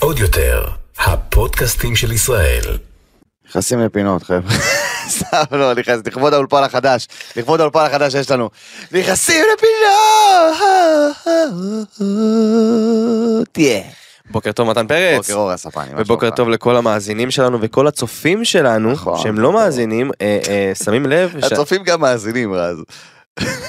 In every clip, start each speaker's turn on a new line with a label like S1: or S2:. S1: פודקאסטר, הפודקאסטים של ישראל.
S2: נכנסים לפינות חבר'ה, סתם לא, נכנס, לכבוד האולפן החדש, לכבוד האולפן החדש שיש לנו, נכנסים לפינות! תהיה.
S3: בוקר טוב מתן פרץ,
S2: בוקר אור הספני, מה
S3: ובוקר
S2: שלומך?
S3: טוב לכל המאזינים שלנו וכל הצופים שלנו,
S2: נכון.
S3: שהם לא מאזינים, אה, אה, שמים לב, ש-
S2: הצופים גם מאזינים רז,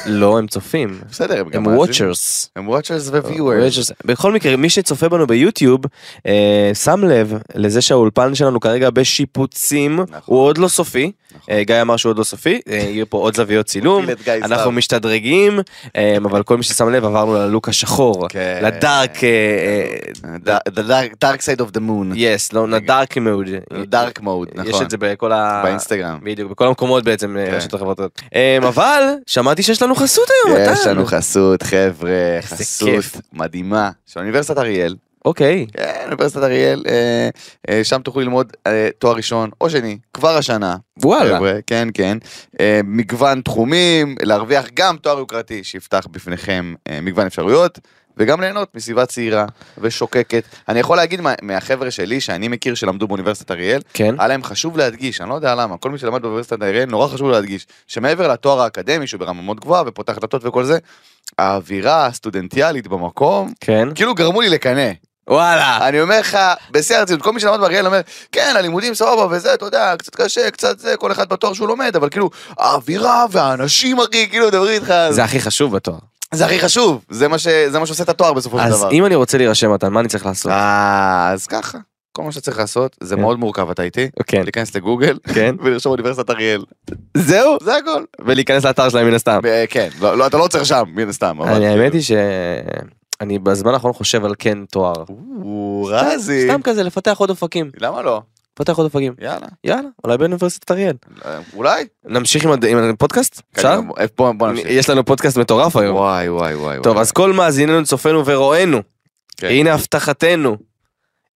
S3: לא הם צופים,
S2: בסדר הם גם
S3: הם
S2: מאזינים,
S3: וואצ'רס.
S2: הם וואצ'רס וויורס,
S3: בכל מקרה מי שצופה בנו ביוטיוב אה, שם לב לזה שהאולפן שלנו כרגע בשיפוצים
S2: נכון.
S3: הוא עוד לא סופי אה, גיא אמר שהוא עוד לא סופי אה, יהיו פה עוד זוויות צילום
S2: מפעיל את גיא
S3: אנחנו
S2: סתיו.
S3: משתדרגים אה, אבל כל מי ששם לב עברנו ללוק השחור
S2: כן.
S3: לדארק אה, אה,
S2: the dark- dark side of the moon,
S3: יס, לא, נדארק מאוד.
S2: dark mode,
S3: יש
S2: נכון,
S3: את זה בכל ה...
S2: באינסטגרם,
S3: בדיוק, בכל המקומות בעצם,
S2: כן.
S3: רשת החברתות. אמ, אבל, שמעתי שיש לנו חסות היום, מתן.
S2: יש לנו חסות חבר'ה,
S3: איזה
S2: חסות
S3: כיף.
S2: מדהימה של אוניברסיטת אריאל,
S3: אוקיי.
S2: כן, אוניברסיטת אריאל, אה, אה, שם תוכלו ללמוד אה, תואר ראשון או שני, כבר השנה.
S3: וואלה.
S2: חבר'ה, כן, כן. אה, מגוון תחומים, להרוויח גם תואר יוקרתי שיפתח בפניכם אה, מגוון אפשרויות, וגם ליהנות מסביבה צעירה ושוקקת. אני יכול להגיד מה- מהחבר'ה שלי שאני מכיר שלמדו באוניברסיטת אריאל,
S3: כן.
S2: היה להם חשוב להדגיש, אני לא יודע למה, כל מי שלמד באוניברסיטת אריאל נורא חשוב להדגיש, שמעבר לתואר האקדמי שהוא ברמה מאוד גבוהה ופותח דלתות וכל זה, האווירה הסטודנטיאלית במקום,
S3: כן.
S2: כאילו גרמו לי לקנא.
S3: וואלה.
S2: אני אומר לך, בשיא הרצינות, כל מי שלמד באריאל אומר, כן, הלימודים סבבה וזה, אתה יודע, קצת קשה, קצת זה, כל אחד בתואר שהוא לומד, אבל כאילו, האווירה והאנשים, אחי, כאילו, מדברים איתך,
S3: זה הכי חשוב בתואר.
S2: זה הכי חשוב, זה מה ש- זה מה שעושה את התואר בסופו של
S3: אז
S2: דבר.
S3: אם אני רוצה להירשם, מתן, מה אני צריך לעשות?
S2: אה, אז ככה, כל מה שצריך לעשות, זה
S3: כן.
S2: מאוד מורכב, אתה איתי?
S3: כן.
S2: להיכנס לגוגל
S3: כן.
S2: ולרשום אוניברסיטת אריאל.
S3: זהו.
S2: זה הכל.
S3: ולהיכנס לאתר שלהם מן הסתם.
S2: ב- כן, לא, לא, אתה לא צריך שם, מן הסתם. אבל
S3: אני-
S2: כאילו-
S3: האמת היא ש... אני בזמן האחרון חושב על כן תואר.
S2: או, רזי.
S3: סתם כזה, לפתח עוד אופקים.
S2: למה לא?
S3: לפתח עוד אופקים.
S2: יאללה.
S3: יאללה, אולי באוניברסיטת אריאל.
S2: אה, אולי?
S3: נמשיך עם הד- עם הפודקאסט? אפשר?
S2: קדימה, בוא- בוא- בוא נמשיך.
S3: יש לנו פודקאסט מטורף היום.
S2: וואי וואי וואי.
S3: טוב
S2: וואי.
S3: אז כל מאזיננו צופינו ורואינו
S2: כן.
S3: הנה הבטחתנו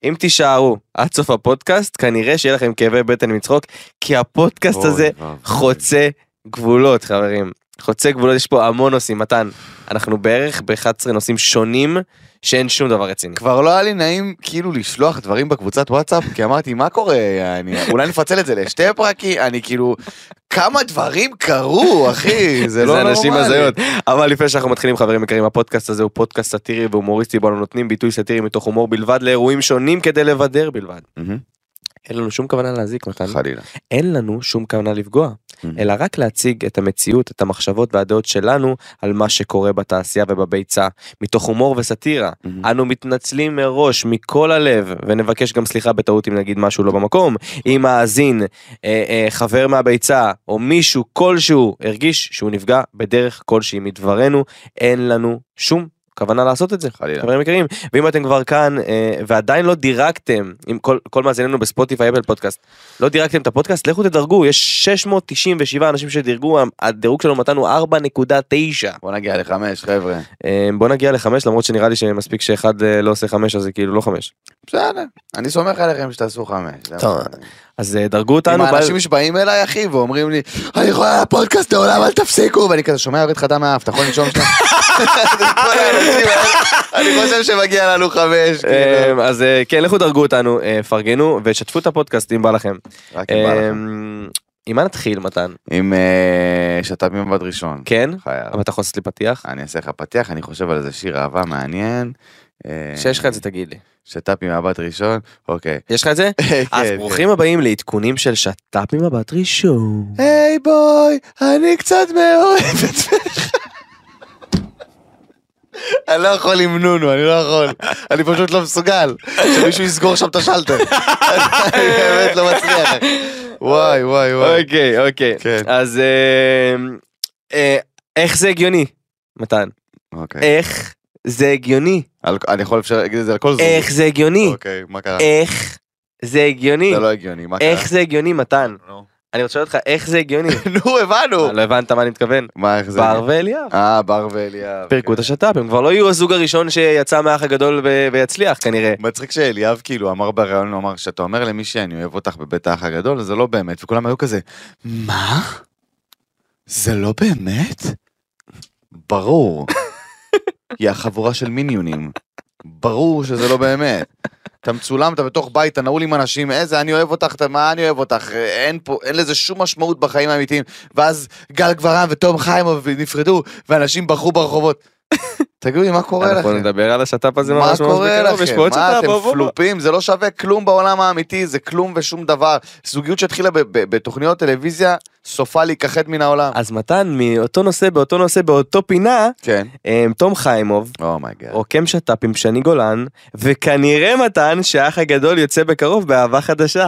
S3: אם תישארו עד סוף הפודקאסט כנראה שיהיה לכם כאבי בטן מצחוק כי הפודקאסט
S2: אוי,
S3: הזה
S2: ואבוי.
S3: חוצה גבולות חברים חוצה גבולות יש פה המון נושאים מתן אנחנו בערך ב-11 נושאים שונים שאין שום דבר רציני.
S2: כבר לא היה לי נעים כאילו לשלוח דברים בקבוצת וואטסאפ, כי אמרתי, מה קורה? אני, אולי נפצל את זה לשתי פרקים? אני כאילו, כמה דברים קרו, אחי, זה לא
S3: זה
S2: נורמלי.
S3: אנשים הזיות. אבל לפני שאנחנו מתחילים חברים יקרים הפודקאסט הזה הוא פודקאסט סאטירי והומוריסטי בו אנו נותנים ביטוי סאטירי מתוך הומור בלבד לאירועים שונים כדי לבדר בלבד.
S2: מהמם.
S3: אין לנו שום כוונה להזיק מתן.
S2: חלילה.
S3: אין לנו שום כוונה לפגוע,
S2: Mm.
S3: Mm-hmm. אלא רק להציג את המציאות, את המחשבות והדעות שלנו על מה שקורה בתעשייה ובביצה, מתוך הומור וסאטירה. Mm-hmm. אנו מתנצלים מראש, מכל הלב, ונבקש גם סליחה בטעות אם נגיד משהו לא במקום. אם מאזין, אה, אה, חבר מהביצה, או מישהו כלשהו הרגיש שהוא נפגע בדרך כלשהי מדברנו, אין לנו שום כוונה לעשות את זה.
S2: חלילה.
S3: חברים יקרים, ואם אתם כבר כאן אה, ועדיין לא דירקתם, עם כל, כל מאזיננו בספוטיפיי אפל פודקאסט, לא דירקתם את הפודקאסט, לכו תדרגו, יש 697 אנשים שדירגו, הדירוג שלנו מתנו 4.9.
S2: בוא נגיע לחמש, חבר'ה.
S3: אה, בוא נגיע לחמש, למרות שנראה לי שמספיק שאחד אה, לא עושה חמש, אז זה כאילו לא חמש.
S2: בסדר, אני סומך עליכם שתעשו חמש. זה
S3: טוב,
S2: מה-
S3: אז אה, דרגו
S2: עם
S3: אותנו, בל-
S2: האנשים שבאים אליי, אחי, ואומרים לי, אני רואה הפודקאסט העולם, אל תפסיקו, ואני כזה שומע יורד לך דם מהאף, אתה יכול לנשום שם? אני חושב שמגיע לנו חמש, כאילו.
S3: אה, אז אה, כן, לכו דרגו אותנו, אה, פרגנו ושתפו את הפודקאסט אם בא לכם.
S2: רק אם בא
S3: אה,
S2: לכם.
S3: עם מה נתחיל מתן?
S2: עם אה, שת"פ מבט ראשון.
S3: כן?
S2: חייב.
S3: אבל אתה יכול לעשות לי פתיח?
S2: אני אעשה לך פתיח, אני חושב על איזה שיר אהבה מעניין. אה,
S3: כשיש לך את זה תגיד לי.
S2: שת"פ ממבט ראשון, אוקיי.
S3: יש לך את זה? אז
S2: כן,
S3: ברוכים הבאים לעדכונים של שת"פ ממבט ראשון.
S2: כן. היי בוי, אני קצת מאוהבת בך. אני לא יכול עם נונו, אני לא יכול. אני פשוט לא מסוגל. שמישהו יסגור שם את השלטר. אני באמת לא מצליח. וואי וואי וואי.
S3: אוקיי, אוקיי.
S2: כן.
S3: אז אה, אה, איך זה הגיוני, מתן?
S2: אוקיי.
S3: איך זה הגיוני?
S2: על- אני יכול אפשר להגיד את זה על כל זוג.
S3: איך זה הגיוני?
S2: אוקיי, מה קרה?
S3: איך זה הגיוני?
S2: זה לא הגיוני, מה קרה?
S3: איך זה הגיוני, מתן?
S2: נו.
S3: אני רוצה לשאול אותך, איך זה הגיוני?
S2: נו, הבנו.
S3: אה, לא הבנת מה אני מתכוון?
S2: מה, איך זה?
S3: בר ואליאב.
S2: אה, בר אוקיי. ואליאב.
S3: פירקו את השת"פ, הם כבר לא יהיו הזוג הראשון שיצא מהאח הגדול ו- ויצליח כנראה.
S2: מצחיק שאליאב כאילו אמר בריאיון, הוא אמר, שאתה אומר למישהי אני אוהב אותך בבית האח הגדול, זה לא באמת, וכולם היו כזה, מה? זה לא באמת? ברור. היא החבורה של מיניונים. ברור שזה לא באמת. אתה אתה מצולם, אתה בתוך בית, אתה נעול עם אנשים, איזה, אני אוהב אותך, אתה, מה אני אוהב אותך, אה, אין פה, אין לזה שום משמעות בחיים האמיתיים. ואז גל גברם ותום חיימוב נפרדו, ואנשים ברחו ברחובות. תגידו לי, מה קורה
S3: אנחנו
S2: לכם?
S3: נדבר על השת"פ הזה
S2: מה
S3: ממש ממש
S2: קורה
S3: בקרוב, יש פה
S2: לכם?
S3: עוד
S2: מה
S3: שת"פ,
S2: אתם
S3: בוא, בוא, בוא.
S2: פלופים? זה לא שווה כלום בעולם האמיתי, זה כלום ושום דבר. זוגיות שהתחילה ב- ב- בתוכניות טלוויזיה, סופה להיכחד מן העולם.
S3: אז מתן, מאותו נושא, באותו נושא, באותו פינה,
S2: כן.
S3: אה, תום חיימוב,
S2: אומייגאד.
S3: רוקם שת"פ עם שני גולן, וכנראה מתן שהאח הגדול יוצא בקרוב באהבה חדשה.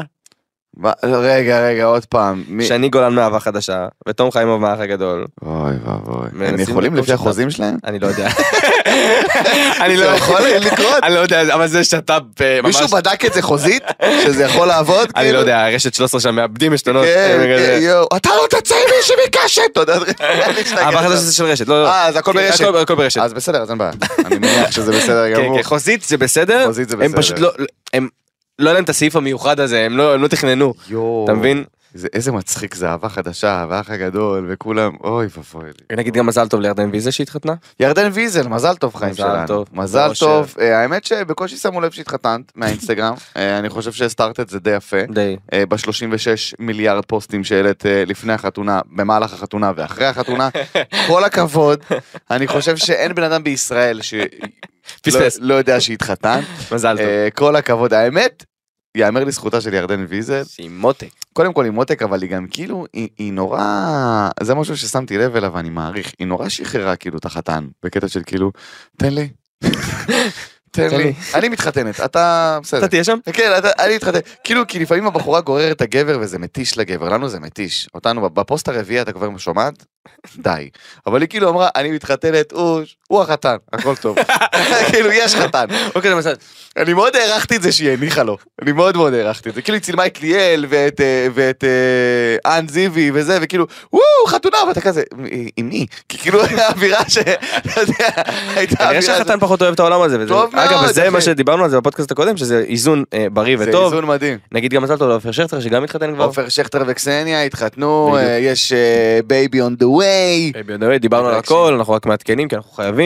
S2: רגע, רגע, עוד פעם. מי-
S3: שני גולן מאהבה חדשה, ותום חיימוב מהאח הגדול.
S2: אוי ואבוי. הם
S3: מנסים
S2: יכולים
S3: לקרוא
S2: לפי
S3: שת"פ.
S2: החוזים שלהם?
S3: אני לא יודע. אני
S2: זה
S3: לא
S2: יכול לקרות?
S3: אני לא יודע, אבל זה שת"פ אה, ממש...
S2: מישהו בדק את זה חוזית? שזה יכול לעבוד?
S3: אני לא
S2: כאילו?
S3: יודע, רשת 13 שם מאבדים עשתונות.
S2: כן,
S3: אה,
S2: כן,
S3: כזה.
S2: יואו. אתה לא תצא עם מישהי מקשת! אתה יודע, אני אשתגע.
S3: האהבה חדשה זה של רשת, לא... לא.
S2: אה, אז הכל
S3: כן,
S2: ברשת.
S3: הכל- הכל ברשת.
S2: אז בסדר, אז אין בעיה. אני מניח שזה בסדר
S3: כן,
S2: גמור.
S3: כן, חוזית זה בסדר,
S2: חוזית זה
S3: הם
S2: בסדר.
S3: פשוט לא, הם, לא היה להם את הסעיף המיוחד הזה, הם לא, הם לא תכננו,
S2: יואו.
S3: אתה מבין?
S2: זה, איזה מצחיק זה, אהבה חדשה, והאח הגדול, וכולם, אוי ואבוי לי.
S3: נגיד גם מזל טוב לירדן ויזה שהתחתנה,
S2: ירדן ויזל, מזל טוב חיים
S3: מזל
S2: שלנו.
S3: טוב.
S2: מזל
S3: באושר.
S2: טוב. אה, האמת שבקושי שמו לב שהתחתנת מהאינסטגרם, אה, אני חושב שהסתרת את זה די יפה.
S3: די.
S2: ב-36 מיליארד פוסטים שהעלית אה, לפני החתונה, במהלך החתונה ואחרי החתונה. כל הכבוד, אני חושב שאין בן אדם בישראל ש...
S3: פספס.
S2: לא, לא יודע שהתחתן.
S3: מזל טוב.
S2: אה, כל הכבוד, האמת, יאמר לזכותה של ירדן ויזל,
S3: שהיא מותק.
S2: קודם כל היא מותק, אבל היא גם כאילו, היא, היא נורא, זה משהו ששמתי לב אליו ואני מעריך, היא נורא שחררה כאילו את החתן, בקטע של כאילו, תן לי, תן
S3: תן
S2: לי,
S3: לי.
S2: אני מתחתנת, אתה בסדר.
S3: אתה תהיה שם?
S2: כן, אתה- אני מתחתן. כאילו, כי לפעמים הבחורה גוררת את הגבר וזה מתיש לגבר, לנו זה מתיש. אותנו, בפוסט הרביעי אתה כבר שומעת? די. אבל היא כאילו אמרה, אני מתחתנת, הוא- הוא החתן, הכל טוב. כאילו, יש חתן.
S3: אוקיי, זה
S2: אה,
S3: מזל.
S2: אני מאוד הערכתי את זה שהיא הניחה לו. אני מאוד מאוד הערכתי את זה. כאילו, היא צילמה את ליאל ואת אה, ואת, אה, אן זיוי וזה, וכאילו, וואו, חתונה, ואתה כזה, עם מי? כי כאילו, האווירה ש... אתה יודע, הייתה
S3: כנראה
S2: אווירה...
S3: שהחתן פחות אוהב את העולם הזה. וזה-
S2: טוב מאוד,
S3: אגב, זה מה
S2: אחי.
S3: שדיברנו על זה בפודקאסט הקודם, שזה איזון אה, בריא
S2: זה
S3: וטוב.
S2: איזון מדהים.
S3: נגיד גם מזל טוב לעופר שכטר שגם התחתן כבר.
S2: עופר שכטר וקסניה התחתנו,
S3: בדיוק.
S2: אה, יש בייבי און דה ווי.
S3: אה, by the way, דיברנו על הכל, אנחנו רק מעדכנים כי אנחנו חייבים.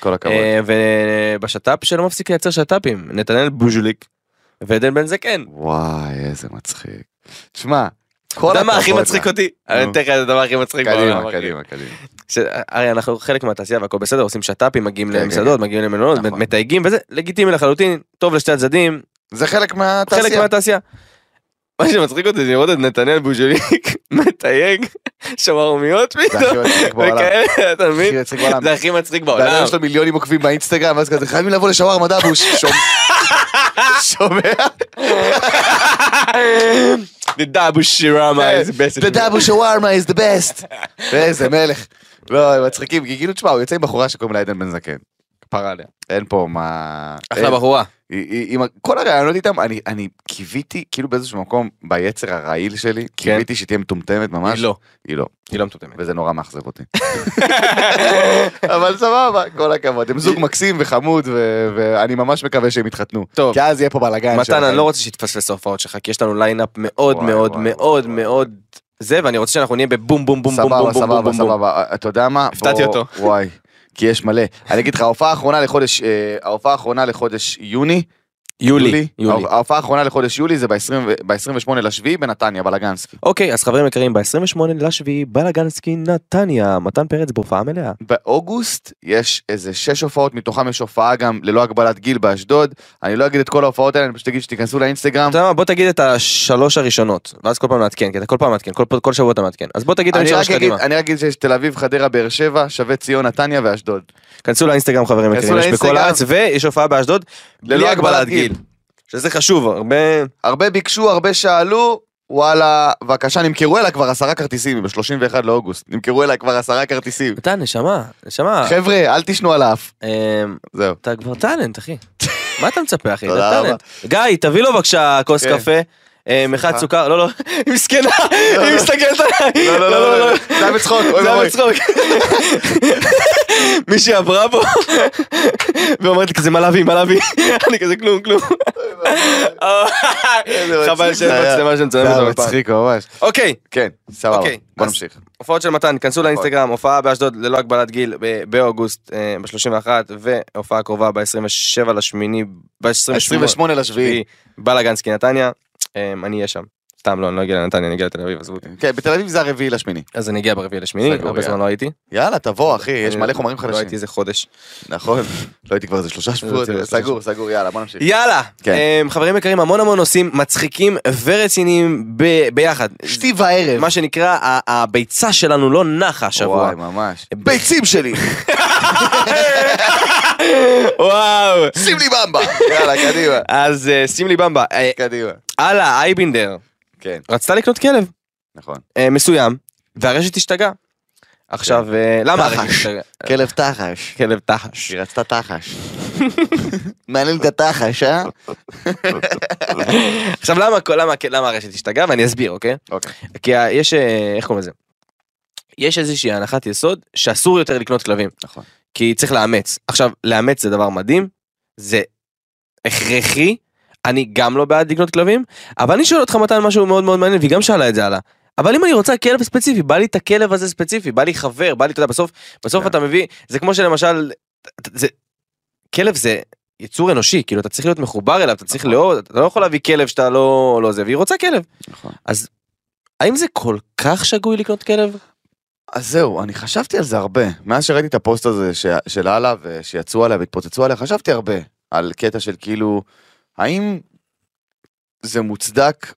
S2: כל הכבוד.
S3: אה, ובשת"פ שלא מפסיק לייצר שת"פים, נתנאל בוז'וליק ועדן בן זקן.
S2: וואי, איזה מצחיק. תשמע, כל
S3: אתה יודע מה הכי
S2: הכבוד
S3: מצחיק
S2: לה.
S3: אותי? אני אתן לך את הדבר הכי מצחיק בעולם.
S2: קדימה,
S3: אחי.
S2: קדימה, קדימה.
S3: ש- הרי אנחנו חלק מהתעשייה והכל בסדר, עושים שת"פים, מגיעים
S2: כן, כן,
S3: למסעדות, מגיעים למלונות,
S2: נכון.
S3: מתייגים וזה, לגיטימי לחלוטין, טוב לשתי הצדדים,
S2: זה חלק
S3: חלק
S2: מהתעשייה.
S3: מהתעשייה. מה שמצחיק אותי זה לראות את נתנאל בוז'וליק מתייג שמרומיות
S2: זה הכי
S3: פתאום,
S2: מצחיק בעולם.
S3: וכאלה, אתה
S2: הכי
S3: מבין?
S2: מצחיק בעולם.
S3: זה הכי מצחיק בעולם.
S2: בעולם יש לו מיליונים עוקבים באינסטגרם, ואז כזה חייבים לבוא לשווארמה דבוש. שומע? שומע?
S3: The Dabu Shirama is the best.
S2: The double שווארמה is the best. איזה מלך. לא, הם מצחיקים, כי כאילו, תשמע, הוא יוצא עם בחורה שקוראים לה עדן בן זקן.
S3: כפרה עליה. אה,
S2: אין פה מה...
S3: אחלה
S2: אין-
S3: בחורה.
S2: היא- היא- עם ה- כל הרעיונות איתם, אני, אני קיוויתי, כאילו באיזשהו מקום, ביצר הרעיל שלי, קיוויתי שהיא תהיה מטומטמת ממש.
S3: כן. היא לא.
S2: היא לא,
S3: היא לא מטומטמת.
S2: וזה נורא מאכזב אותי. אבל סבבה, כל הכבוד. הם זוג מקסים וחמוד, ו- ואני ממש מקווה שהם יתחתנו.
S3: טוב.
S2: כי אז יהיה פה בלאגן.
S3: מתן, אני לא רוצה שתתפספס ההופעות שלך, כי יש לנו ליינאפ מאוד
S2: כן, וואי,
S3: מאוד
S2: וואי,
S3: מאוד
S2: וואי, וואי.
S3: מאוד זה, ואני רוצה שאנחנו נהיה בבום בום בום בום
S2: סבבה,
S3: בום בום בום
S2: סבבה,
S3: בום בום.
S2: סבבה. אתה יודע מה?
S3: הפתעתי
S2: בוא-
S3: אותו.
S2: וואי, כי יש מלא. אני אגיד לך, ההופעה האחרונה לחודש, אה, ההופעה האחרונה לחודש יוני,
S3: יולי, יולי.
S2: ההופעה האחרונה לחודש יולי זה ב-28 לשביעי בנתניה, בלאגנסקי.
S3: אוקיי, אז חברים יקרים, ב-28 לשביעי, בלאגנסקי, נתניה, מתן פרץ בהופעה מלאה.
S2: באוגוסט יש איזה שש הופעות, מתוכם יש הופעה גם ללא הגבלת גיל באשדוד. אני לא אגיד את כל ההופעות האלה, אני פשוט אגיד שתיכנסו לאינסטגרם.
S3: אתה יודע מה, בוא תגיד את השלוש הראשונות, ואז כל פעם נעדכן, כי אתה כל פעם מעדכן, כל כל שבוע אתה מעדכן. אז בוא תגיד את
S2: אני
S3: השלוש
S2: רק, אגיד,
S3: קדימה.
S2: אני רק אגיד שיש תל אביב, חדרה, באר שבע, שווה ציון, נתניה ואשדוד.
S3: כנסו לאינסטגרם חברים
S2: כנסו
S3: יקרים, יש בכל
S2: לאינסטגרם.
S3: הארץ, ויש הופעה באשדוד,
S2: ללא
S3: בלי
S2: הגבלת
S3: הגבלת
S2: גיל.
S3: גיל. שזה חשוב, הרבה...
S2: הרבה ביקשו, הרבה שאלו, וואלה, בבקשה, נמכרו אליי כבר עשרה כרטיסים, ב-31 לאוגוסט. נמכרו אליי כבר עשרה כרטיסים.
S3: אתה נשמה, נשמה,
S2: חבר'ה, אל תשנו על האף.
S3: אמ,
S2: זהו.
S3: אתה כבר טאלנט, אחי. מה אתה מצפה, אחי?
S2: תודה
S3: אתה
S2: רבה.
S3: טאלנט. גיא, תביא לו בבקשה כוס
S2: כן.
S3: קפה. אה, אחד
S2: סליחה.
S3: סוכר, לא, לא, היא מסכנה, היא מסתכלת עליי.
S2: לא, לא, לא, לא, זה היה בצחוק, אוי
S3: זה היה
S2: ואבוי.
S3: בצחוק. מישהי עברה פה, ואומרת לי כזה, מה להביא, מה להביא? אני כזה, כלום, כלום. חבל שאין מצלמה
S2: זה
S3: שנצלם את
S2: היה
S3: זה בפעם.
S2: מצחיק ממש.
S3: אוקיי,
S2: כן, סבבה,
S3: אוקיי,
S2: בוא
S3: אז-
S2: נמשיך. אה,
S3: הופעות של מתן, כנסו לאינסטגרם, הופעה באשדוד ללא הגבלת גיל ב- באוגוסט, אה, ב-31, והופעה קרובה ב-27 לשמיני, ב-28
S2: 28 לשביעי.
S3: בלאגנסקי נתניה, אה, אני אהיה שם. סתם לא, אני לא אגיע לנתניה, אני אגיע לתל אביב, עזבו אותי.
S2: כן, בתל אביב זה הרביעי לשמיני.
S3: אז אני אגיע ברביעי לשמיני,
S2: סגור,
S3: הרבה
S2: יאללה.
S3: זמן לא הייתי.
S2: יאללה, תבוא אחי, יש
S3: אני-
S2: מלא חומרים
S3: לא
S2: חדשים.
S3: הייתי איזה חודש.
S2: נכון, לא הייתי כבר איזה שלושה שבועות,
S3: זה- לא- זה-
S2: סגור, סגור, יאללה, בוא נמשיך.
S3: יאללה!
S2: כן.
S3: אה, חברים יקרים, המון המון נושאים מצחיקים ורציניים ב- ביחד.
S2: שתי וערב.
S3: מה שנקרא, ה- הביצה שלנו לא נחה השבוע.
S2: וואי, ממש. ביצים שלי,
S3: וואו!
S2: שים לי במבה. יאללה, קדימה.
S3: אז אה, שים לי במבה. אה,
S2: קדימה.
S3: הלאה, אייבינדר.
S2: כן,
S3: רצתה לקנות כלב
S2: נכון.
S3: אה, מסוים, והרשת השתגעה. עכשיו, אה, למה
S2: כן. תחש.
S3: הרשת השתגעה?
S2: כלב תחש.
S3: כלב תחש.
S2: היא רצתה תחש. מעניין את התחש, אה?
S3: עכשיו, למה- למה- למה הרשת השתגעה? ואני אסביר, אוקיי?
S2: אוקיי.
S3: כי ה- יש, אה, איך קוראים לזה? יש איזושהי הנחת יסוד שאסור יותר לקנות כלבים.
S2: נכון.
S3: כי צריך לאמץ. עכשיו, לאמץ זה דבר מדהים, זה הכרחי, אני גם לא בעד לקנות כלבים, אבל אני שואל אותך מתן משהו מאוד מאוד מעניין, והיא גם שאלה את זה עלה. אבל אם אני רוצה כלב ספציפי, בא לי את הכלב הזה ספציפי, בא לי חבר, בא לי, אתה יודע, בסוף, בסוף
S2: כן.
S3: אתה מביא, זה כמו שלמשל, זה, כלב זה יצור אנושי, כאילו, אתה צריך להיות מחובר אליו, אתה צריך לאהוב, אתה לא יכול להביא כלב שאתה לא, לא זה, והיא רוצה כלב.
S2: נכון.
S3: האם זה כל כך שגוי לקנות כלב?
S2: אז זהו, אני חשבתי על זה הרבה. מאז שראיתי את הפוסט הזה ש... של הלאה, ושיצאו עליה והתפוצצו עליה, חשבתי הרבה על קטע של כאילו, האם זה מוצדק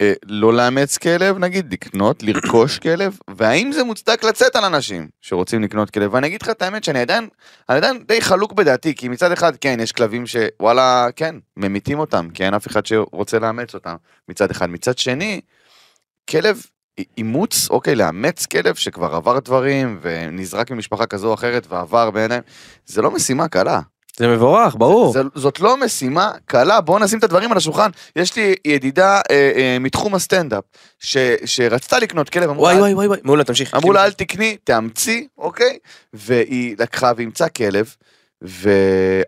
S2: אה, לא לאמץ כלב, נגיד לקנות, לרכוש כלב, והאם זה מוצדק לצאת על אנשים שרוצים לקנות כלב? ואני אגיד לך את האמת שאני עדיין, אני עדיין די חלוק בדעתי, כי מצד אחד, כן, יש כלבים שוואלה, כן, ממיתים אותם, כי אין אף אחד שרוצה לאמץ אותם, מצד אחד. מצד שני, כלב א- אימוץ, אוקיי, לאמץ כלב שכבר עבר דברים ונזרק ממשפחה כזו או אחרת ועבר בעיניים, זה לא משימה קלה.
S3: זה מבורך, ברור.
S2: זה, זאת לא משימה קלה, בואו נשים את הדברים על השולחן. יש לי ידידה אה, אה, מתחום הסטנדאפ, ש, שרצתה לקנות כלב, אמרו
S3: וואי
S2: לה,
S3: וואי וואי וואי, מעולה, תמשיך. כאילו.
S2: אמרו לה אל תקני, תאמצי, אוקיי? והיא לקחה ואימצה כלב,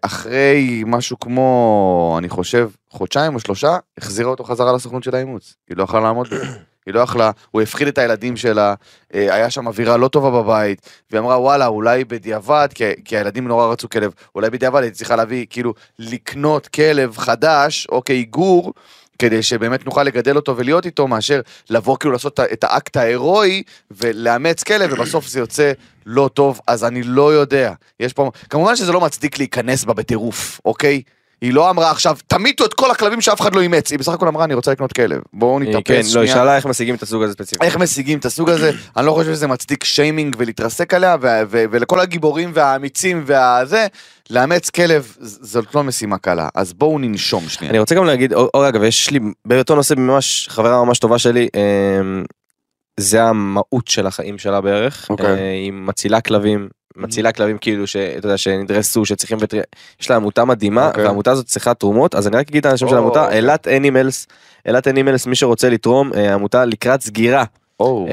S2: ואחרי משהו כמו, אני חושב, חודשיים או שלושה, החזירה אותו חזרה לסוכנות של האימוץ. היא לא יכלה לעמוד בזה. היא לא יכלה, הוא הפחיד את הילדים שלה, אה, היה שם אווירה לא טובה בבית, והיא אמרה וואלה, אולי בדיעבד, כי, כי הילדים נורא רצו כלב, אולי בדיעבד היא צריכה להביא, כאילו, לקנות כלב חדש, אוקיי, גור, כדי שבאמת נוכל לגדל אותו ולהיות איתו, מאשר לבוא כאילו לעשות את האקט ההירואי ולאמץ כלב, ובסוף זה יוצא לא טוב, אז אני לא יודע. יש פה... כמובן שזה לא מצדיק להיכנס בה בטירוף, אוקיי? היא לא אמרה עכשיו, תמיתו את כל הכלבים שאף אחד לא אימץ, היא בסך הכל אמרה, אני רוצה לקנות כלב. בואו
S3: אה,
S2: נתאפס
S3: כן,
S2: שנייה.
S3: לא, היא שאלה איך משיגים את הסוג הזה ספציפית.
S2: איך משיגים את הסוג הזה, אני לא חושב שזה מצדיק שיימינג ולהתרסק עליה, ו- ו- ולכל הגיבורים והאמיצים והזה, לאמץ כלב ז- זאת לא משימה קלה, אז בואו ננשום שנייה.
S3: אני רוצה גם להגיד, או- או אגב, יש לי, באותו נושא ממש, חברה ממש טובה שלי, אמ, זה המהות של החיים שלה בערך.
S2: אוקיי.
S3: אה, היא מצילה כלבים, מצילה כלבים כאילו, שאתה יודע, שנדרסו, שצריכים, וטרי- יש לה עמותה מדהימה,
S2: אוקיי.
S3: והעמותה הזאת צריכה תרומות, אז אני רק אגיד את האנשים של
S2: או.
S3: העמותה, אילת אנימלס, אילת אנימלס, מי שרוצה לתרום, אה, עמותה לקראת סגירה.
S2: או,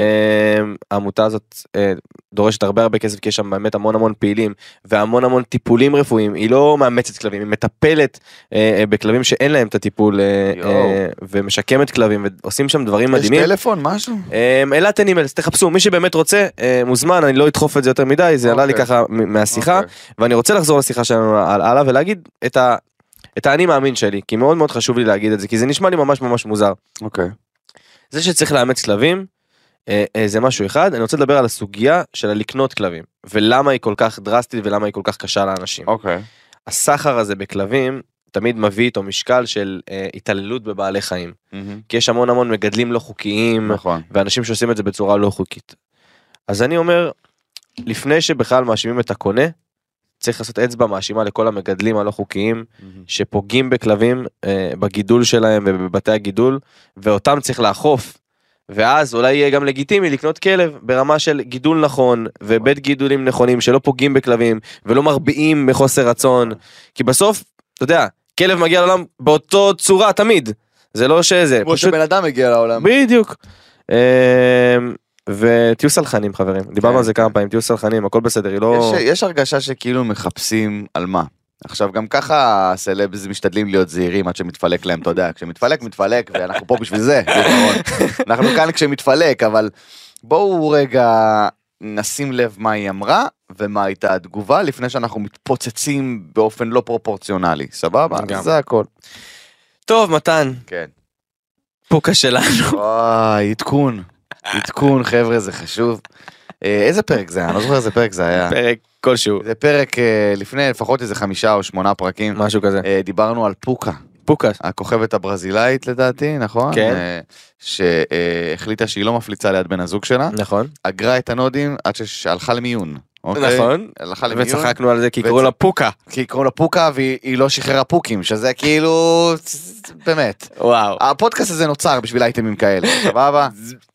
S3: אמ, העמותה הזאת אה, דורשת הרבה הרבה כסף כי יש שם באמת המון המון פעילים והמון המון טיפולים רפואיים היא לא מאמצת כלבים היא מטפלת אה, אה, בכלבים שאין להם את הטיפול אה,
S2: יואו.
S3: אה, ומשקמת כלבים ועושים שם דברים
S2: יש
S3: מדהימים.
S2: טלפון, משהו?
S3: אמ, אילת אנימלס תחפשו מי שבאמת רוצה אה, מוזמן אני לא אדחוף את זה יותר מדי זה עלה לי
S2: אוקיי.
S3: ככה מ- מהשיחה
S2: אוקיי.
S3: ואני רוצה לחזור לשיחה שלנו על הלאה ולהגיד את ה... את האני מאמין שלי כי מאוד מאוד חשוב לי להגיד את זה כי זה נשמע לי ממש ממש מוזר.
S2: אוקיי.
S3: זה שצריך לאמץ כלבים אה, אה, זה משהו אחד אני רוצה לדבר על הסוגיה של הלקנות כלבים ולמה היא כל כך דרסטית ולמה היא כל כך קשה לאנשים.
S2: אוקיי.
S3: הסחר הזה בכלבים תמיד מביא איתו משקל של אה, התעללות בבעלי חיים
S2: מהמם.
S3: כי יש המון המון מגדלים לא חוקיים
S2: נכון.
S3: ואנשים שעושים את זה בצורה לא חוקית. אז אני אומר לפני שבכלל מאשימים את הקונה צריך לעשות אצבע מאשימה לכל המגדלים הלא חוקיים שפוגעים בכלבים אה, בגידול שלהם ובבתי הגידול ואותם צריך לאכוף. ואז אולי יהיה גם לגיטימי לקנות כלב ברמה של גידול נכון ובית גידולים נכונים שלא פוגעים בכלבים ולא מרביעים מחוסר רצון כי בסוף אתה יודע כלב מגיע לעולם באותו צורה תמיד זה לא שזה
S2: כמו שבן אדם הגיע לעולם.
S3: בדיוק. אה, ותהיו סלחנים
S2: כן,
S3: חברים דיברנו על זה כמה פעמים תהיו סלחנים הכל בסדר היא לא
S2: יש- יש הרגשה שכאילו מחפשים על מה. עכשיו גם ככה הסלבס משתדלים להיות זהירים עד שמתפלק להם, אתה יודע, כשמתפלק מתפלק ואנחנו פה בשביל זה, בעיקרון. אנחנו כאן כשמתפלק, אבל בואו רגע נשים לב מה היא אמרה ומה הייתה התגובה לפני שאנחנו מתפוצצים באופן לא פרופורציונלי, סבבה?
S3: לגמרי.
S2: זה הכל.
S3: טוב, מתן,
S2: כן.
S3: פוקה שלנו.
S2: וואי, עדכון. עדכון, חבר'ה, זה חשוב. אה, איזה פרק זה היה? אני לא זוכר איזה פרק זה היה.
S3: פרק כלשהו,
S2: זה פרק אה, לפני לפחות איזה חמישה או שמונה פרקים.
S3: משהו כזה.
S2: אה, דיברנו על פוקה,
S3: פוקה.
S2: הכוכבת הברזילאית לדעתי, נכון?
S3: כן.
S2: שהחליטה שהיא לא מפליצה ליד בן הזוג שלה,
S3: נכון.
S2: אגרה את הנודים עד שהלכה למיון. אוקיי?
S3: נכון.
S2: הלכה למיון.
S3: וצחקנו על זה כי
S2: וצ-
S3: קראו לה פוקה.
S2: כי קראו לה פוקה והיא היא לא שחררה פוקים, שזה כאילו... באמת.
S3: וואו.
S2: הפודקאסט הזה נוצר בשביל אייטמים כאלה, סבבה?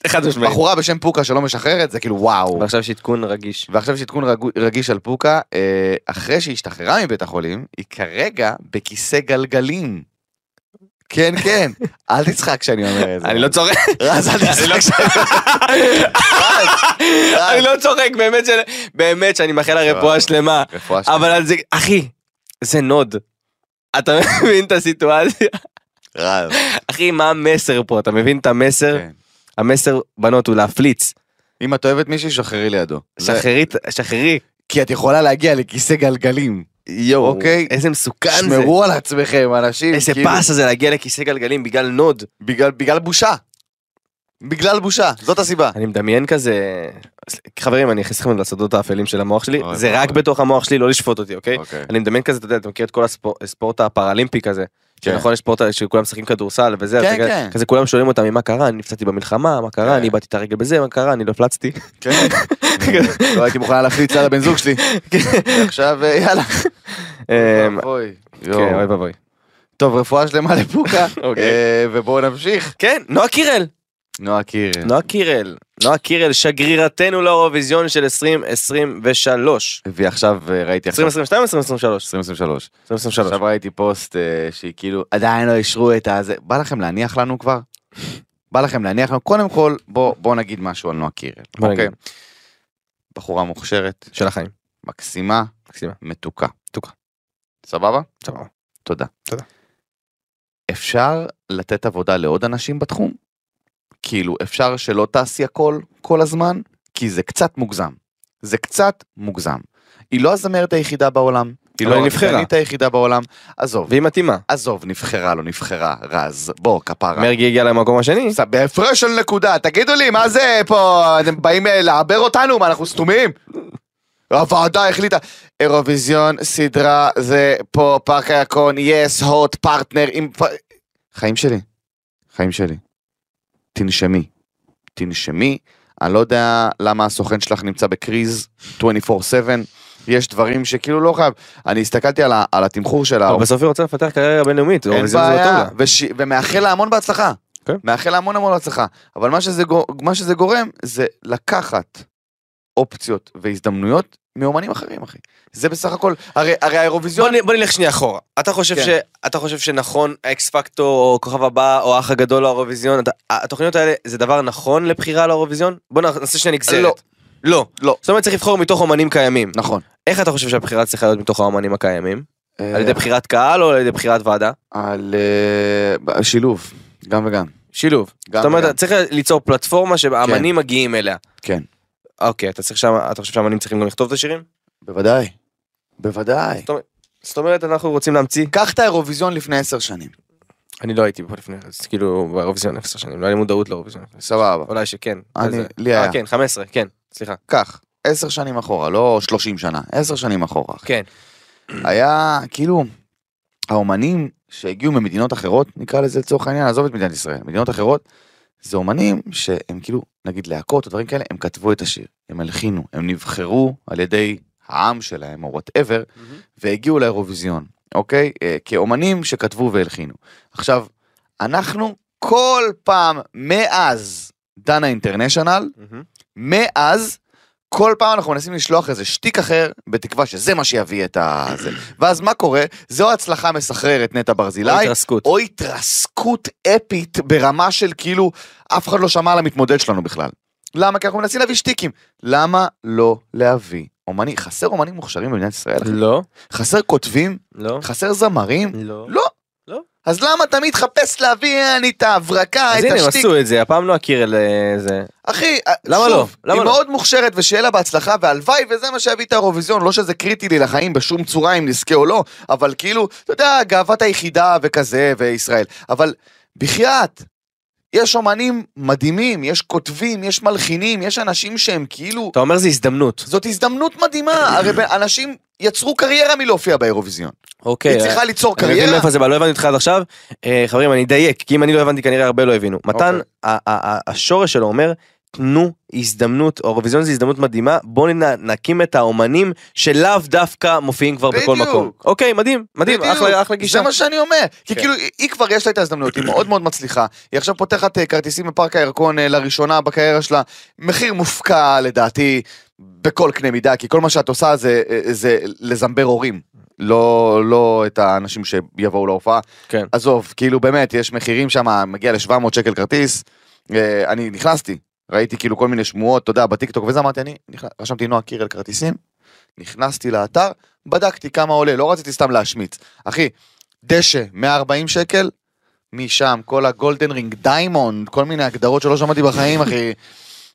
S3: חד משמעית.
S2: בחורה בשם פוקה שלא משחררת, זה כאילו וואו.
S3: ועכשיו יש עדכון רגיש.
S2: ועכשיו יש עדכון רגו- רגיש על פוקה, אה, אחרי שהיא השתחררה מבית החולים, היא כרגע בכיסא גלגלים. כן, כן, אל תצחק כשאני אומר את זה.
S3: אני לא צוחק.
S2: רז, אל
S3: אני לא
S2: תצחק.
S3: אני לא צוחק, באמת ש- באמת שאני מאחל לה רפואה שלמה.
S2: רפואה שלמה.
S3: אבל על זה, אחי, זה נוד. אתה מבין את הסיטואציה?
S2: רז.
S3: אחי, מה המסר פה? אתה מבין את המסר?
S2: כן.
S3: המסר, בנות, הוא להפליץ.
S2: אם את אוהבת מישהי, שחררי לידו. זה-
S3: שחררי, שחררי.
S2: כי את יכולה להגיע לכיסא גלגלים. יואו. אוקיי?
S3: איזה מסוכן זה.
S2: שמרו על עצמכם, אנשים.
S3: איזה
S2: כאילו,
S3: פס הזה להגיע לכיסא גלגלים בגלל נוד.
S2: בגלל- בגלל בושה. בגלל בושה, זאת הסיבה.
S3: אני מדמיין כזה... חברים, אני אכניס אתכם לסודות האפלים של המוח שלי.
S2: אוי,
S3: זה
S2: אוי.
S3: רק בתוך המוח שלי, לא לשפוט אותי, אוקיי?
S2: אוקיי.
S3: אני מדמיין כזה, אתה יודע, אתה מכיר את כל הספור- הספורט הפראלימפי כזה.
S2: כן.
S3: שנכון, יש ספורט שכולם משחקים כדורסל וזה, אז
S2: כן,
S3: אתה כזה-
S2: כן.
S3: כזה כולם שואלים אותם, מה קרה? אני נפצעתי במלחמה, מה
S2: כן.
S3: קרה? אני איבדתי את הרגל בזה, מה קרה? אני לא הפלצתי.
S2: כן. לא הייתי מוכנה להחליט על הבן זוג שלי.
S3: כן.
S2: עכשיו אה, יאללה.
S3: אמ,
S2: אוי.
S3: כן, אוי ואבוי.
S2: טוב רפואה שלמה לפוקה.
S3: אוקיי.
S2: אה, ובואו נמשיך.
S3: כן, נועה קירל.
S2: נועה קירל.
S3: נועה קירל. נועה קירל, שגרירתנו לאירוויזיון של 2023.
S2: והיא עכשיו אה, ראיתי עכשיו.
S3: 2022 2023?
S2: 2023.
S3: 2023.
S2: עכשיו ראיתי פוסט אה, שהיא כאילו עדיין לא אישרו את הזה. בא לכם להניח לנו כבר? בא לכם להניח לנו? קודם כל בוא בוא נגיד משהו על נועה קירל.
S3: בוא נגיד.
S2: אוקיי? בחורה מוכשרת,
S3: של החיים.
S2: מקסימה,
S3: מקסימה.
S2: מתוקה.
S3: מתוקה.
S2: סבבה?
S3: סבבה.
S2: תודה.
S3: תודה.
S2: אפשר לתת עבודה לעוד אנשים בתחום? כאילו, אפשר שלא תעשי הכל כל הזמן? כי זה קצת מוגזם. זה קצת מוגזם. היא לא הזמרת היחידה בעולם. היא
S3: אבל
S2: לא
S3: היא נבחרה.
S2: השחקנית היחידה בעולם. עזוב,
S3: והיא מתאימה.
S2: עזוב, נבחרה, לא נבחרה, רז. בוא, כפרה.
S3: מרגי הגיע למקום השני.
S2: ס- בהפרש של נקודה, תגידו לי, מה זה פה, אתם באים אה, לעבר אותנו, מה, אנחנו סתומים? הוועדה החליטה, אירוויזיון, סדרה, זה פה, פארק הירקון, יס, הוט, פרטנר, עם... פ- חיים שלי, חיים שלי. תנשמי, תנשמי. אני לא יודע למה הסוכן שלך נמצא בקריז 24/7, יש דברים שכאילו לא חייב. אני הסתכלתי על, ה- על התמחור של
S3: אבל
S2: האור-
S3: בסוף היא רוצה לפתח קריירה בינלאומית.
S2: אין
S3: אירוויזיון זה לא טוב
S2: בעיה,
S3: לה.
S2: וש... ומאחל לה המון בהצלחה.
S3: כן.
S2: מאחל לה המון המון בהצלחה. אבל מה שזה, גור... מה שזה גורם זה לקחת אופציות והזדמנויות מאומנים אחרים, אחי. זה בסך הכל, הרי, הרי האירוויזיון...
S3: בוא, נ, בוא נלך שנייה אחורה. אתה חושב,
S2: כן.
S3: ש, אתה חושב שנכון האקס פקטור או כוכב הבא או האח הגדול או האירוויזיון, אתה- התוכניות האלה זה דבר נכון לבחירה לאירוויזיון? בוא נ- נעשה שנייה נגזרת.
S2: לא.
S3: לא.
S2: לא.
S3: זאת אומרת צריך לבחור מתוך אומנים קיימים.
S2: נכון.
S3: איך אתה חושב שהבחירה צריכה להיות מתוך האומנים הקיימים? על ידי
S2: אה,
S3: בחירת קהל או על ידי בחירת ועדה?
S2: על אה, שילוב, גם וגם.
S3: שילוב.
S2: גם
S3: זאת
S2: וגם.
S3: אומרת צריך ליצור פלטפורמה שהאמנים מגיעים אליה.
S2: כן.
S3: אוקיי, אתה צריך שם, אתה חושב שהאמנים צריכים גם לכתוב את השירים?
S2: בוודאי. בוודאי.
S3: זאת אומרת אנחנו רוצים להמציא.
S2: קח את האירוויזיון לפני עשר שנים.
S3: אני לא הייתי פה לפני, אז כאילו באירוויזיון עשר שנים, לא היה לי מודעות לאירוויזיון.
S2: סבבה.
S3: אולי שכן.
S2: אני,
S3: איזה-
S2: לי היה.
S3: אה, כן, 15, כן, סליחה.
S2: קח, עשר שנים אחורה, לא שלושים שנה, עשר שנים אחורה. אחי.
S3: כן.
S2: היה כאילו האומנים שהגיעו ממדינות אחרות נקרא לזה לצורך העניין עזוב את מדינת ישראל מדינות אחרות זה אומנים שהם כאילו נגיד להקות או דברים כאלה הם כתבו את השיר הם הלחינו הם נבחרו על ידי העם שלהם או וואטאבר והגיעו לאירוויזיון אוקיי אה, כאומנים שכתבו והלחינו עכשיו אנחנו כל פעם מאז דנה אינטרנשיונל מאז, כל פעם אנחנו מנסים לשלוח איזה שטיק אחר, בתקווה שזה מה שיביא את ה... זה. ואז מה קורה? זו הצלחה מסחררת נטע ברזילי,
S3: התרסקות.
S2: או התרסקות אפית ברמה של כאילו, אף אחד לא שמע על המתמודד שלנו בכלל. למה? כי אנחנו מנסים להביא שטיקים. למה לא להביא אומנים, חסר אומנים מוכשרים במדינת ישראל? אחי?
S3: לא,
S2: חסר כותבים?
S3: לא,
S2: חסר זמרים?
S3: לא.
S2: לא.
S3: לא.
S2: אז למה תמיד חפש להביא אני את ההברקה,
S3: אז
S2: את
S3: הנה, הם
S2: השטיק?
S3: עשו את זה, הפעם לא הקירל אה, זה.
S2: אחי, אה,
S3: למה לא?
S2: שוב,
S3: למה
S2: היא
S3: לא?
S2: מאוד מוכשרת ושיהיה לה בהצלחה, והלוואי וזה מה שיביא את האירוויזיון, לא שזה קריטי לי לחיים בשום צורה אם נזכה או לא, אבל כאילו, אתה יודע, גאוות היחידה וכזה, וישראל. אבל בחייאת, יש אומנים מדהימים, יש כותבים, יש מלחינים, יש אנשים שהם כאילו...
S3: אתה אומר זה הזדמנות.
S2: זאת הזדמנות מדהימה, הרי ב- אנשים יצרו קריירה מלהופיע באירוויזיון.
S3: אוקיי.
S2: היא צריכה ליצור
S3: אני מבין
S2: קריירה.
S3: מאיפה זה בא, לא הבנתי אותך עד עכשיו. אה, חברים, אני אדייק, כי אם אני לא הבנתי כנראה הרבה לא הבינו. מתן,
S2: אוקיי.
S3: ה- ה- ה- השורש שלו אומר, תנו הזדמנות, האירוויזיון זה הזדמנות מדהימה, בואו נקים את האומנים שלאו דווקא מופיעים כבר בכל
S2: בדיוק.
S3: מקום. אוקיי, מדהים, מדהים,
S2: בדיוק,
S3: אחלה אחלה גישה.
S2: זה מה שאני אומר. כי
S3: כן.
S2: כאילו, היא- היא כבר יש לה את ההזדמנות, היא מאוד מאוד מצליחה. היא עכשיו פותחת אה, כרטיסים בפארק הירקון אה, לראשונה בקריירה שלה. מחיר מופקע לדעתי בכל קנה מידה, כי כל מה שאת עושה זה- אה, זה לזמבר הורים. לא, לא את האנשים שיבואו להופעה.
S3: כן.
S2: עזוב, כאילו באמת, יש מחירים שם, מגיע ל-700 שקל כרטיס. אה, אני נכנסתי, ראיתי כאילו כל מיני שמועות, אתה יודע, בטיקטוק וזה, אמרתי, אני נכנס- רשמתי נועה קירל כרטיסים, נכנסתי לאתר, בדקתי כמה עולה, לא רציתי סתם להשמיץ. אחי, דשא, 140 שקל, משם, כל הגולדן רינג, דיימונד, כל מיני הגדרות שלא שמעתי בחיים, אחי.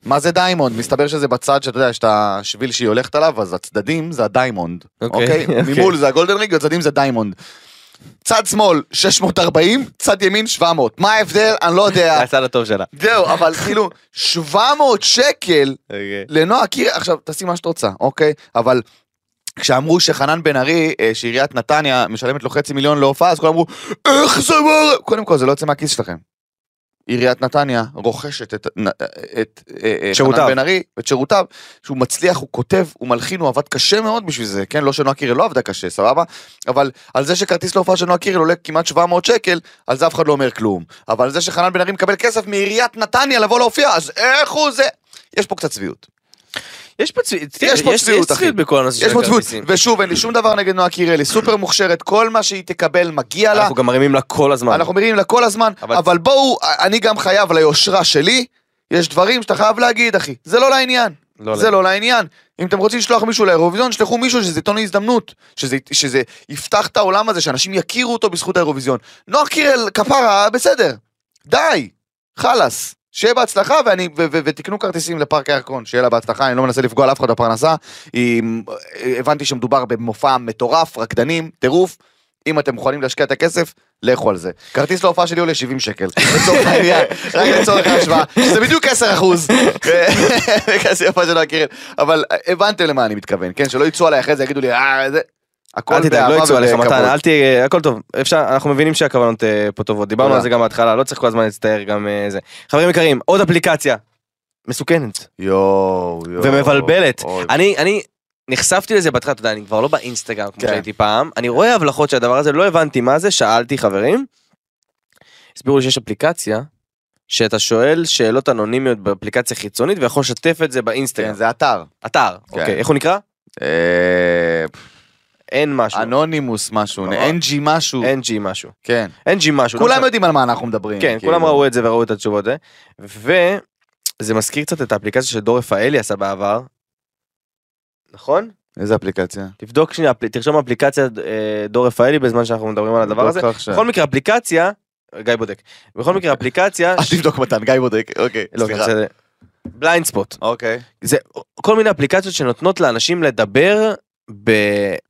S2: מה זה דיימונד? מסתבר שזה בצד שאתה יודע, יש את השביל שהיא הולכת עליו, אז הצדדים זה הדיימונד.
S3: אוקיי,
S2: אוקיי?
S3: אוקיי.
S2: ממול זה הגולדן רינג, הצדדים זה דיימונד. צד שמאל 640, צד ימין 700. מה ההבדל? אני לא יודע.
S3: הצד הטוב שלה.
S2: זהו, אבל כאילו, 700 שקל לנועה קירל, עכשיו תעשי מה שאת רוצה, אוקיי? אבל כשאמרו שחנן בן ארי, אה, שעיריית נתניה משלמת לו חצי מיליון להופעה, אז כולם אמרו, איך זה מר... קודם כל, זה לא יוצא מהכיס שלכם. עיריית נתניה רוכשת את, אה, את, את
S3: שירותיו.
S2: חנן בן ארי, את שירותיו, שהוא מצליח, הוא כותב, הוא מלחין, הוא עבד קשה מאוד בשביל זה, כן? לא שנועה קירל לא עבדה קשה, סבבה? אבל על זה שכרטיס להופעה של נועה קירל עולה כמעט 700 שקל, על זה אף אחד לא אומר כלום. אבל על זה שחנן בן ארי מקבל כסף מעיריית נתניה לבוא להופיע, אז איך הוא זה? יש פה קצת צביעות.
S3: יש פה צביעות,
S2: יש פה צביעות,
S3: יש
S2: אחי.
S3: צביעות בכל הנושא
S2: יש
S3: של
S2: פה צביעות,
S3: הכרטיסים.
S2: ושוב אין לי שום דבר נגד נועה קירל, היא סופר מוכשרת, כל מה שהיא תקבל מגיע לה,
S3: אנחנו גם מרימים לה כל הזמן.
S2: אנחנו מרימים לה כל הזמן,
S3: אבל-
S2: אבל בואו, אני גם חייב ליושרה שלי, יש דברים שאתה חייב להגיד אחי, זה לא לעניין, זה לא לעניין, אם אתם רוצים לשלוח מישהו לאירוויזיון, שלחו מישהו שזה ייתן לו הזדמנות, שזה- שזה יפתח את העולם הזה, שאנשים יכירו אותו בזכות האירוויזיון, נועה קירל כפרה בסדר, די, חלאס. שיהיה בהצלחה ואני, ו- ו- ותקנו כרטיסים לפארק הירקון, שיהיה לה בהצלחה, אני לא מנסה לפגוע לאף אחד בפרנסה. היא, הבנתי שמדובר במופע מטורף, רקדנים, טירוף. אם אתם מוכנים להשקיע את הכסף, לכו על זה. כרטיס להופעה שלי עולה 70 שקל, לצורך העניין, רק לצורך ההשוואה, שזה בדיוק 10 אחוז. כזה יפה שלא אכיר, אבל הבנתם למה אני מתכוון, כן? שלא יצאו עליי אחרי זה, יגידו לי, אה, זה...
S3: אל
S2: הכל
S3: תדאג,
S2: באהבה
S3: לא יצאו עליך
S2: ובכבוד.
S3: מתן, אל תהיה, הכל טוב, אפשר, אנחנו מבינים שהכוונות אה, פה טובות, דיברנו
S2: תודה.
S3: על זה גם בהתחלה, לא צריך כל הזמן להצטער גם אה, זה. חברים יקרים, עוד אפליקציה, מסוכנת
S2: יואו, יואו.
S3: ומבלבלת.
S2: אוי.
S3: אני, אני נחשפתי לזה בהתחלה, אתה יודע, אני כבר לא באינסטגרם כמו
S2: כן.
S3: שהייתי פעם, אני רואה הבלחות של הדבר הזה, לא הבנתי מה זה, שאלתי חברים, הסבירו לי שיש אפליקציה, שאתה שואל שאלות אנונימיות באפליקציה חיצונית ויכול לשתף את זה
S2: כן,
S3: באינסטגרם,
S2: זה אתר.
S3: אתר,
S2: כן.
S3: אוקיי, איך הוא נקרא?
S2: אה,
S3: אין משהו,
S2: אנונימוס משהו,
S3: אה.
S2: NG משהו,
S3: NG משהו,
S2: כן.
S3: NG משהו, לא משנה.
S2: כולם יודעים על מה אנחנו מדברים.
S3: כן,
S2: כאילו.
S3: כולם ראו את זה וראו את התשובות, אה? וזה מזכיר קצת את האפליקציה שדור רפאלי עשה בעבר. נכון?
S2: איזה אפליקציה?
S3: תבדוק שנייה, אפל- תרשום אפליקציה אה, דור רפאלי בזמן שאנחנו מדברים על הדבר הזה.
S2: תבדוק עכשיו.
S3: בכל מקרה אפליקציה, גיא בודק, בכל מקרה אפליקציה, לא,
S2: אל תבדוק מתן, גיא בודק, אוקיי, אה, סליחה.
S3: בליינד ספוט,
S2: אוקיי.
S3: זה כל מיני אפליקציות שנותנות לאנשים לדבר ב...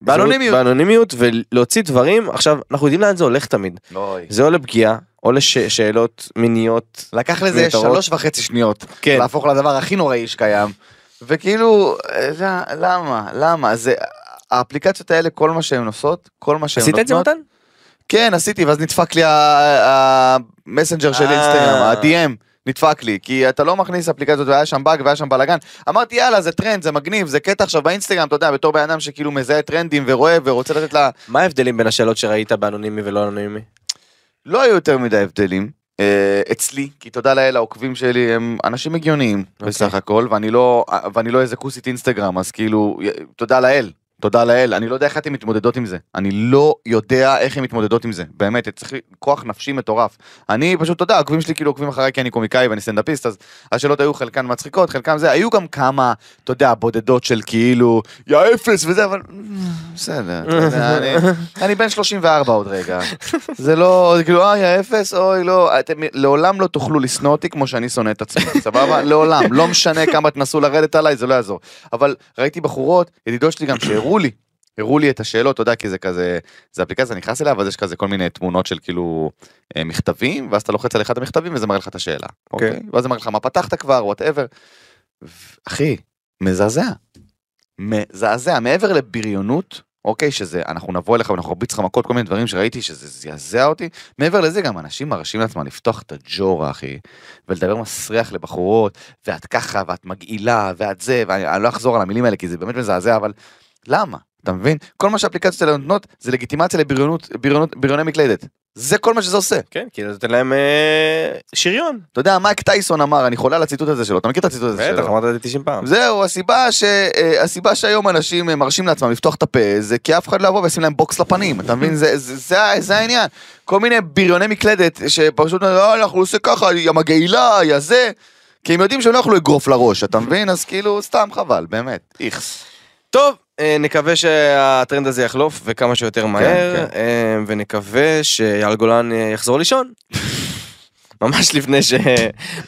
S2: באנונימיות.
S3: באנונימיות ולהוציא דברים, עכשיו אנחנו יודעים לאן זה הולך תמיד, זה או לפגיעה או לשאלות מיניות,
S2: לקח לזה
S3: מיותרות.
S2: שלוש וחצי שניות
S3: כן,
S2: להפוך לדבר הכי נוראי שקיים. וכאילו, אה, זה- למה? למה? זה... האפליקציות האלה, כל מה שהן עושות, כל מה שהן
S3: עשית
S2: נותנות...
S3: את זה מתן?
S2: כן, עשיתי, ואז נדפק לי ה- המסנג'ר של
S3: אה.
S2: אינסטגרם, ה-DM, נדפק לי, כי אתה לא מכניס אפליקציות, והיה שם באג והיה שם בלאגן. אמרתי, יאללה, זה טרנד, זה מגניב, זה קטע עכשיו באינסטגרם, אתה יודע, בתור בן אדם שכאילו מזהה טרנדים ורואה ורוצה לתת לה...
S3: מה ההבדלים בין השאלות שראית באנונימי ולא אנונימי?
S2: לא היו יותר מדי הבדלים. אה, אצלי, כי תודה לאל העוקבים שלי הם אנשים הגיוניים
S3: אוקיי.
S2: בסך הכל, ואני לא, ואני לא איזה כוסית אינסטגרם, אז כאילו, י- תודה לאל, תודה לאל, אני לא יודע איך אתן מתמודדות עם זה. אני לא יודע איך הן מתמודדות עם זה. באמת, צריך כוח נפשי מטורף. אני פשוט, אתה יודע, העוקבים שלי כאילו עוקבים אחריי כי אני קומיקאי ואני סטנדאפיסט, אז השאלות היו חלקן מצחיקות, חלקן זה, היו גם כמה, אתה יודע, בודדות של כאילו, יא אפס וזה, אבל... בסדר, אתה יודע, אני- אני בן 34 עוד רגע. זה לא, כאילו, אה, יא אפס, אוי, לא, אתם לעולם לא תוכלו לשנוא אותי כמו שאני שונא את עצמי, סבבה? לעולם, לא משנה כמה תנסו לרדת עליי, זה לא יעזור. אבל ראיתי בחורות, ידידות שלי גם שהראו לי, הראו לי את השאלות, אתה יודע, כי זה כזה, זה אפליקציה, אני נכנס אליה, ואז יש כזה כל מיני תמונות של כאילו אה, מכתבים, ואז אתה לוחץ על אחד המכתבים וזה מראה לך את השאלה,
S3: אוקיי.
S2: אוקיי? ואז זה מראה לך מה פתחת כבר, וואטאבר. אחי, מזעזע. מזעזע, מעבר לבריונות, אוקיי, שזה, אנחנו נבוא אליך ואנחנו נרביץ לך מכות, כל מיני דברים שראיתי שזה זעזע אותי, מעבר לזה גם אנשים מרשים לעצמם לפתוח את הג'ורה, אחי, ולדבר מסריח לבחורות, ואת ככה, ואת מגעילה, ואת זה, ואני אני לא אחזור על המילים האלה, כי זה באמת מזעזע, אבל למה? אתה מבין? כל מה שהאפליקציות האלה נותנות, זה לגיטימציה לבריונות, בריונות, בריוני מקלדת. זה כל מה שזה עושה.
S3: כן, כאילו זה נותן להם אה, שריון.
S2: אתה יודע, מייק טייסון אמר, אני חולה על הציטוט הזה שלו, אתה מכיר את הציטוט הזה שלו?
S3: בטח, אמרת את זה 90 פעם.
S2: זהו, הסיבה, ש... אה, הסיבה שהיום אנשים אה, מרשים לעצמם לפתוח את הפה, זה כי אף אחד לא יבוא וישים להם בוקס לפנים, אתה מבין? זה, זה, זה, ה- זה העניין. כל מיני בריוני מקלדת, שפשוט, "אה, אנחנו עושים ככה, יא מגעילה, יא זה, כי הם יודעים שהם לא יוכלו אגרוף לראש, אתה מבין? אז כאילו, סתם חבל, באמת, איכס.
S3: טוב, אה, נקווה שהטרנד הזה יחלוף וכמה שיותר מהר, אה, ונקווה שאייל גולן אה, יחזור לישון. ממש לפני ש...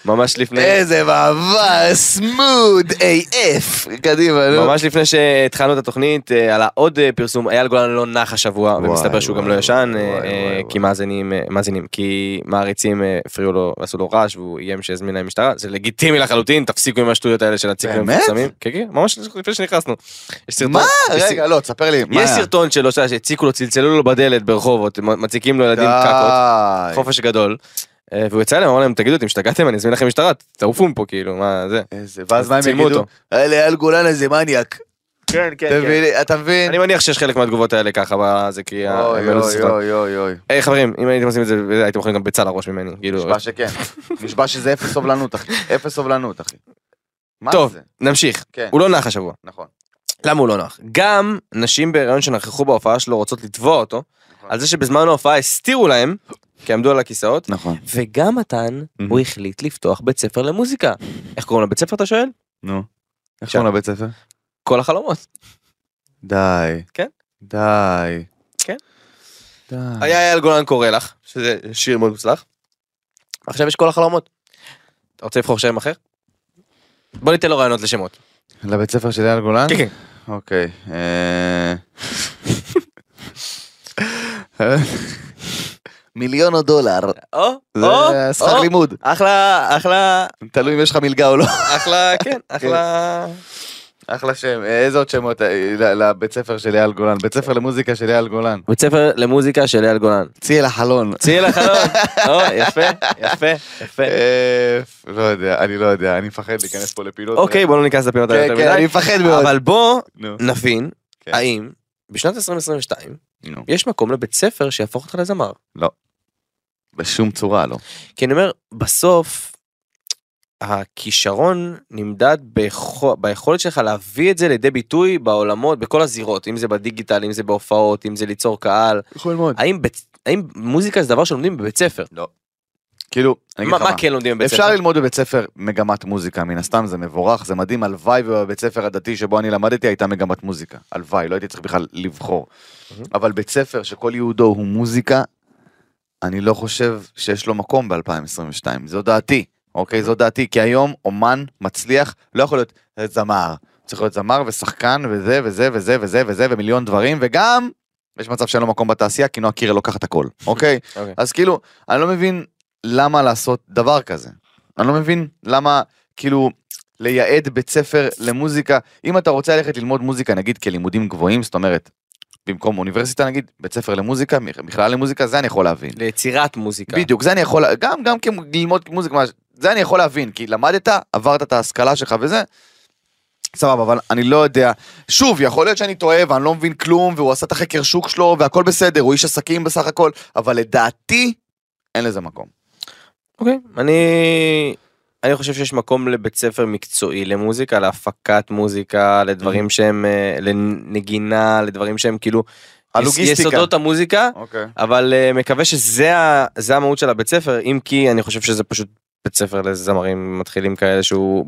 S3: ממש לפני...
S2: איזה מעבר, סמוד, AF, קדימה, נו.
S3: ממש לפני שהתחלנו את התוכנית, אה, עלה עוד אה, פרסום, אייל גולן לא נח השבוע,
S2: וואי,
S3: ומסתבר שהוא גם
S2: וואי,
S3: לא ישן, אה,
S2: וואי,
S3: אה,
S2: וואי,
S3: כי מאזינים, אה, מאזינים, כי מעריצים אה, הפריעו לו, עשו לו רעש, והוא איים שיזמין להם משטרה, זה לגיטימי לחלוטין, תפסיקו עם השטויות האלה של הציקים
S2: באמת?
S3: המפורסמים. כן, כן, ממש לפני שנכנסנו. יש סרטון-
S2: מה?
S3: יש סרטון-
S2: רגע, לא, תספר לי, מה
S3: יש
S2: היה?
S3: סרטון שלו ש- שהציקו לו, צלצלו לו בדלת ברחובות, מ- מציקים לו ילדים קקות,
S2: די.
S3: חופש גדול. אה, והוא יצא אליהם, אמר להם, תגידו, אתם השתגעתם, אני אזמין לכם משטרה, תעופו מפה, כאילו, מה זה.
S2: איזה, ואז מה הם
S3: צילמו
S2: יגידו?
S3: אותו.
S2: אלה אייל גולן איזה מניאק.
S3: כן,
S2: אתה מבין? אתה מבין?
S3: אני מניח שיש חלק מהתגובות האלה ככה, זה כי... ה- הם
S2: אוי
S3: העלו את
S2: אוי
S3: הסרטון.
S2: אוי אוי אוי.
S3: היי חברים, אם הייתם עושים את זה, הייתם אוכלים גם ביצה לראש ממני, כאילו...
S2: נשבע שכן. נשבע שזה אפס סובלנות, אחי. אפס סובלנות, אחי. מה
S3: טוב,
S2: זה?
S3: נמשיך.
S2: כן,
S3: הוא לא נח השבוע.
S2: נכון.
S3: למה הוא לא נח? גם נשים בהיריון שנכחו בהופעה שלו רוצות לתבוע אותו,
S2: נכון.
S3: על זה שבזמן ההופעה הסתירו להם, כי עמדו על הכיסאות,
S2: נכון.
S3: וגם מתן,
S2: Mhm.
S3: הוא החליט לפתוח בית ספר למוזיקה. איך קוראים לבית ספר אתה שואל?
S2: נו. איך
S3: קוראים
S2: קוראים לבית ספר?
S3: כל החלומות.
S2: די.
S3: כן.
S2: די.
S3: כן.
S2: די.
S3: היה אייל גולן קורא לך, שזה שיר מאוד מוצלח. עכשיו יש כל החלומות. אתה רוצה לבחור שם אחר? בוא ניתן לו רעיונות לשמות.
S2: לבית ספר של אייל גולן?
S3: כן, כן.
S2: אוקיי. אה. מיליון או דולר.
S3: או,
S2: זה
S3: או,
S2: שכר
S3: או.
S2: לימוד.
S3: אחלה, אחלה,
S2: תלוי אם יש לך מלגה או לא.
S3: אחלה, כן, אחלה.
S2: כן. אחלה שם, אה, איזה עוד שמות אה, ל- לבית ספר של אייל גולן? בית ספר למוזיקה של אייל גולן.
S3: בית ספר למוזיקה של אייל גולן.
S2: צי אל החלון.
S3: צאי לחלום. או, יפה, יפה, יפה.
S2: אה, לא יודע, אני לא יודע, אני מפחד להיכנס פה לפינות.
S3: אוקיי, בוא לא ניכנס לפינות האלה
S2: כן,
S3: יותר
S2: כן, אני
S3: מדי.
S2: מפחד מאוד.
S3: אבל בוא
S2: נו,
S3: נבין,
S2: כן.
S3: האם בשנת 2022
S2: נו.
S3: יש מקום לבית ספר שיהפוך אותך לזמר.
S2: בשום צורה לא.
S3: כי אני אומר, בסוף, הכישרון נמדד ביכול, ביכולת שלך להביא את זה לידי ביטוי בעולמות, בכל הזירות, אם זה בדיגיטל, אם זה בהופעות, אם זה ליצור קהל.
S2: יכול מאוד.
S3: האם, בית, האם מוזיקה זה דבר שלומדים בבית ספר?
S2: כאילו, אני אגיד
S3: מה,
S2: לך מה.
S3: מה כן לומדים בבית ספר?
S2: אפשר ללמוד בבית ספר מגמת מוזיקה, מן הסתם זה מבורך, זה מדהים, הלוואי ובבית ספר הדתי שבו אני למדתי הייתה מגמת מוזיקה. הלוואי, לא הייתי צריך בכלל לבחור. אבל בית ספר שכל ייעודו הוא מוזיקה, אני לא חושב שיש לו מקום ב-2022, זו דעתי, אוקיי? זו דעתי, כי היום אומן מצליח לא יכול להיות זמר. צריך להיות זמר ושחקן וזה וזה וזה וזה וזה ומיליון דברים, וגם יש מצב שאין לו מקום בתעשייה, כי נועה קירל לוקחת הכל, אוקיי?
S3: אוקיי.
S2: אז כאילו, אני לא מבין למה לעשות דבר כזה. אני לא מבין למה, כאילו, לייעד בית ספר למוזיקה. אם אתה רוצה ללכת ללמוד מוזיקה, נגיד כלימודים גבוהים, זאת אומרת, במקום אוניברסיטה נגיד, בית ספר למוזיקה, מכ- מכללה למוזיקה, זה אני יכול להבין.
S3: ליצירת מוזיקה.
S2: בדיוק, זה אני יכול, גם, גם כללמוד מוזיקה, מה- זה אני יכול להבין, כי למדת, עברת את ההשכלה שלך וזה, סבבה, אבל אני לא יודע. שוב, יכול להיות שאני טועה ואני לא מבין כלום, והוא עשה את החקר שוק שלו והכל בסדר, הוא איש עסקים בסך הכל, אבל לדעתי, אין לזה מקום.
S3: אוקיי. אני אני חושב שיש מקום לבית ספר מקצועי למוזיקה, להפקת מוזיקה,
S2: Mm-hmm.
S3: לדברים שהם, אה, לנגינה, לדברים שהם כאילו,
S2: הלוגיסטיקה.
S3: יסודות המוזיקה,
S2: אוקיי.
S3: אבל אה, מקווה שזה ה- זה המהות של הבית ספר, אם כי אני חושב שזה פשוט בית ספר לזמרים מתחילים כאלה שהוא,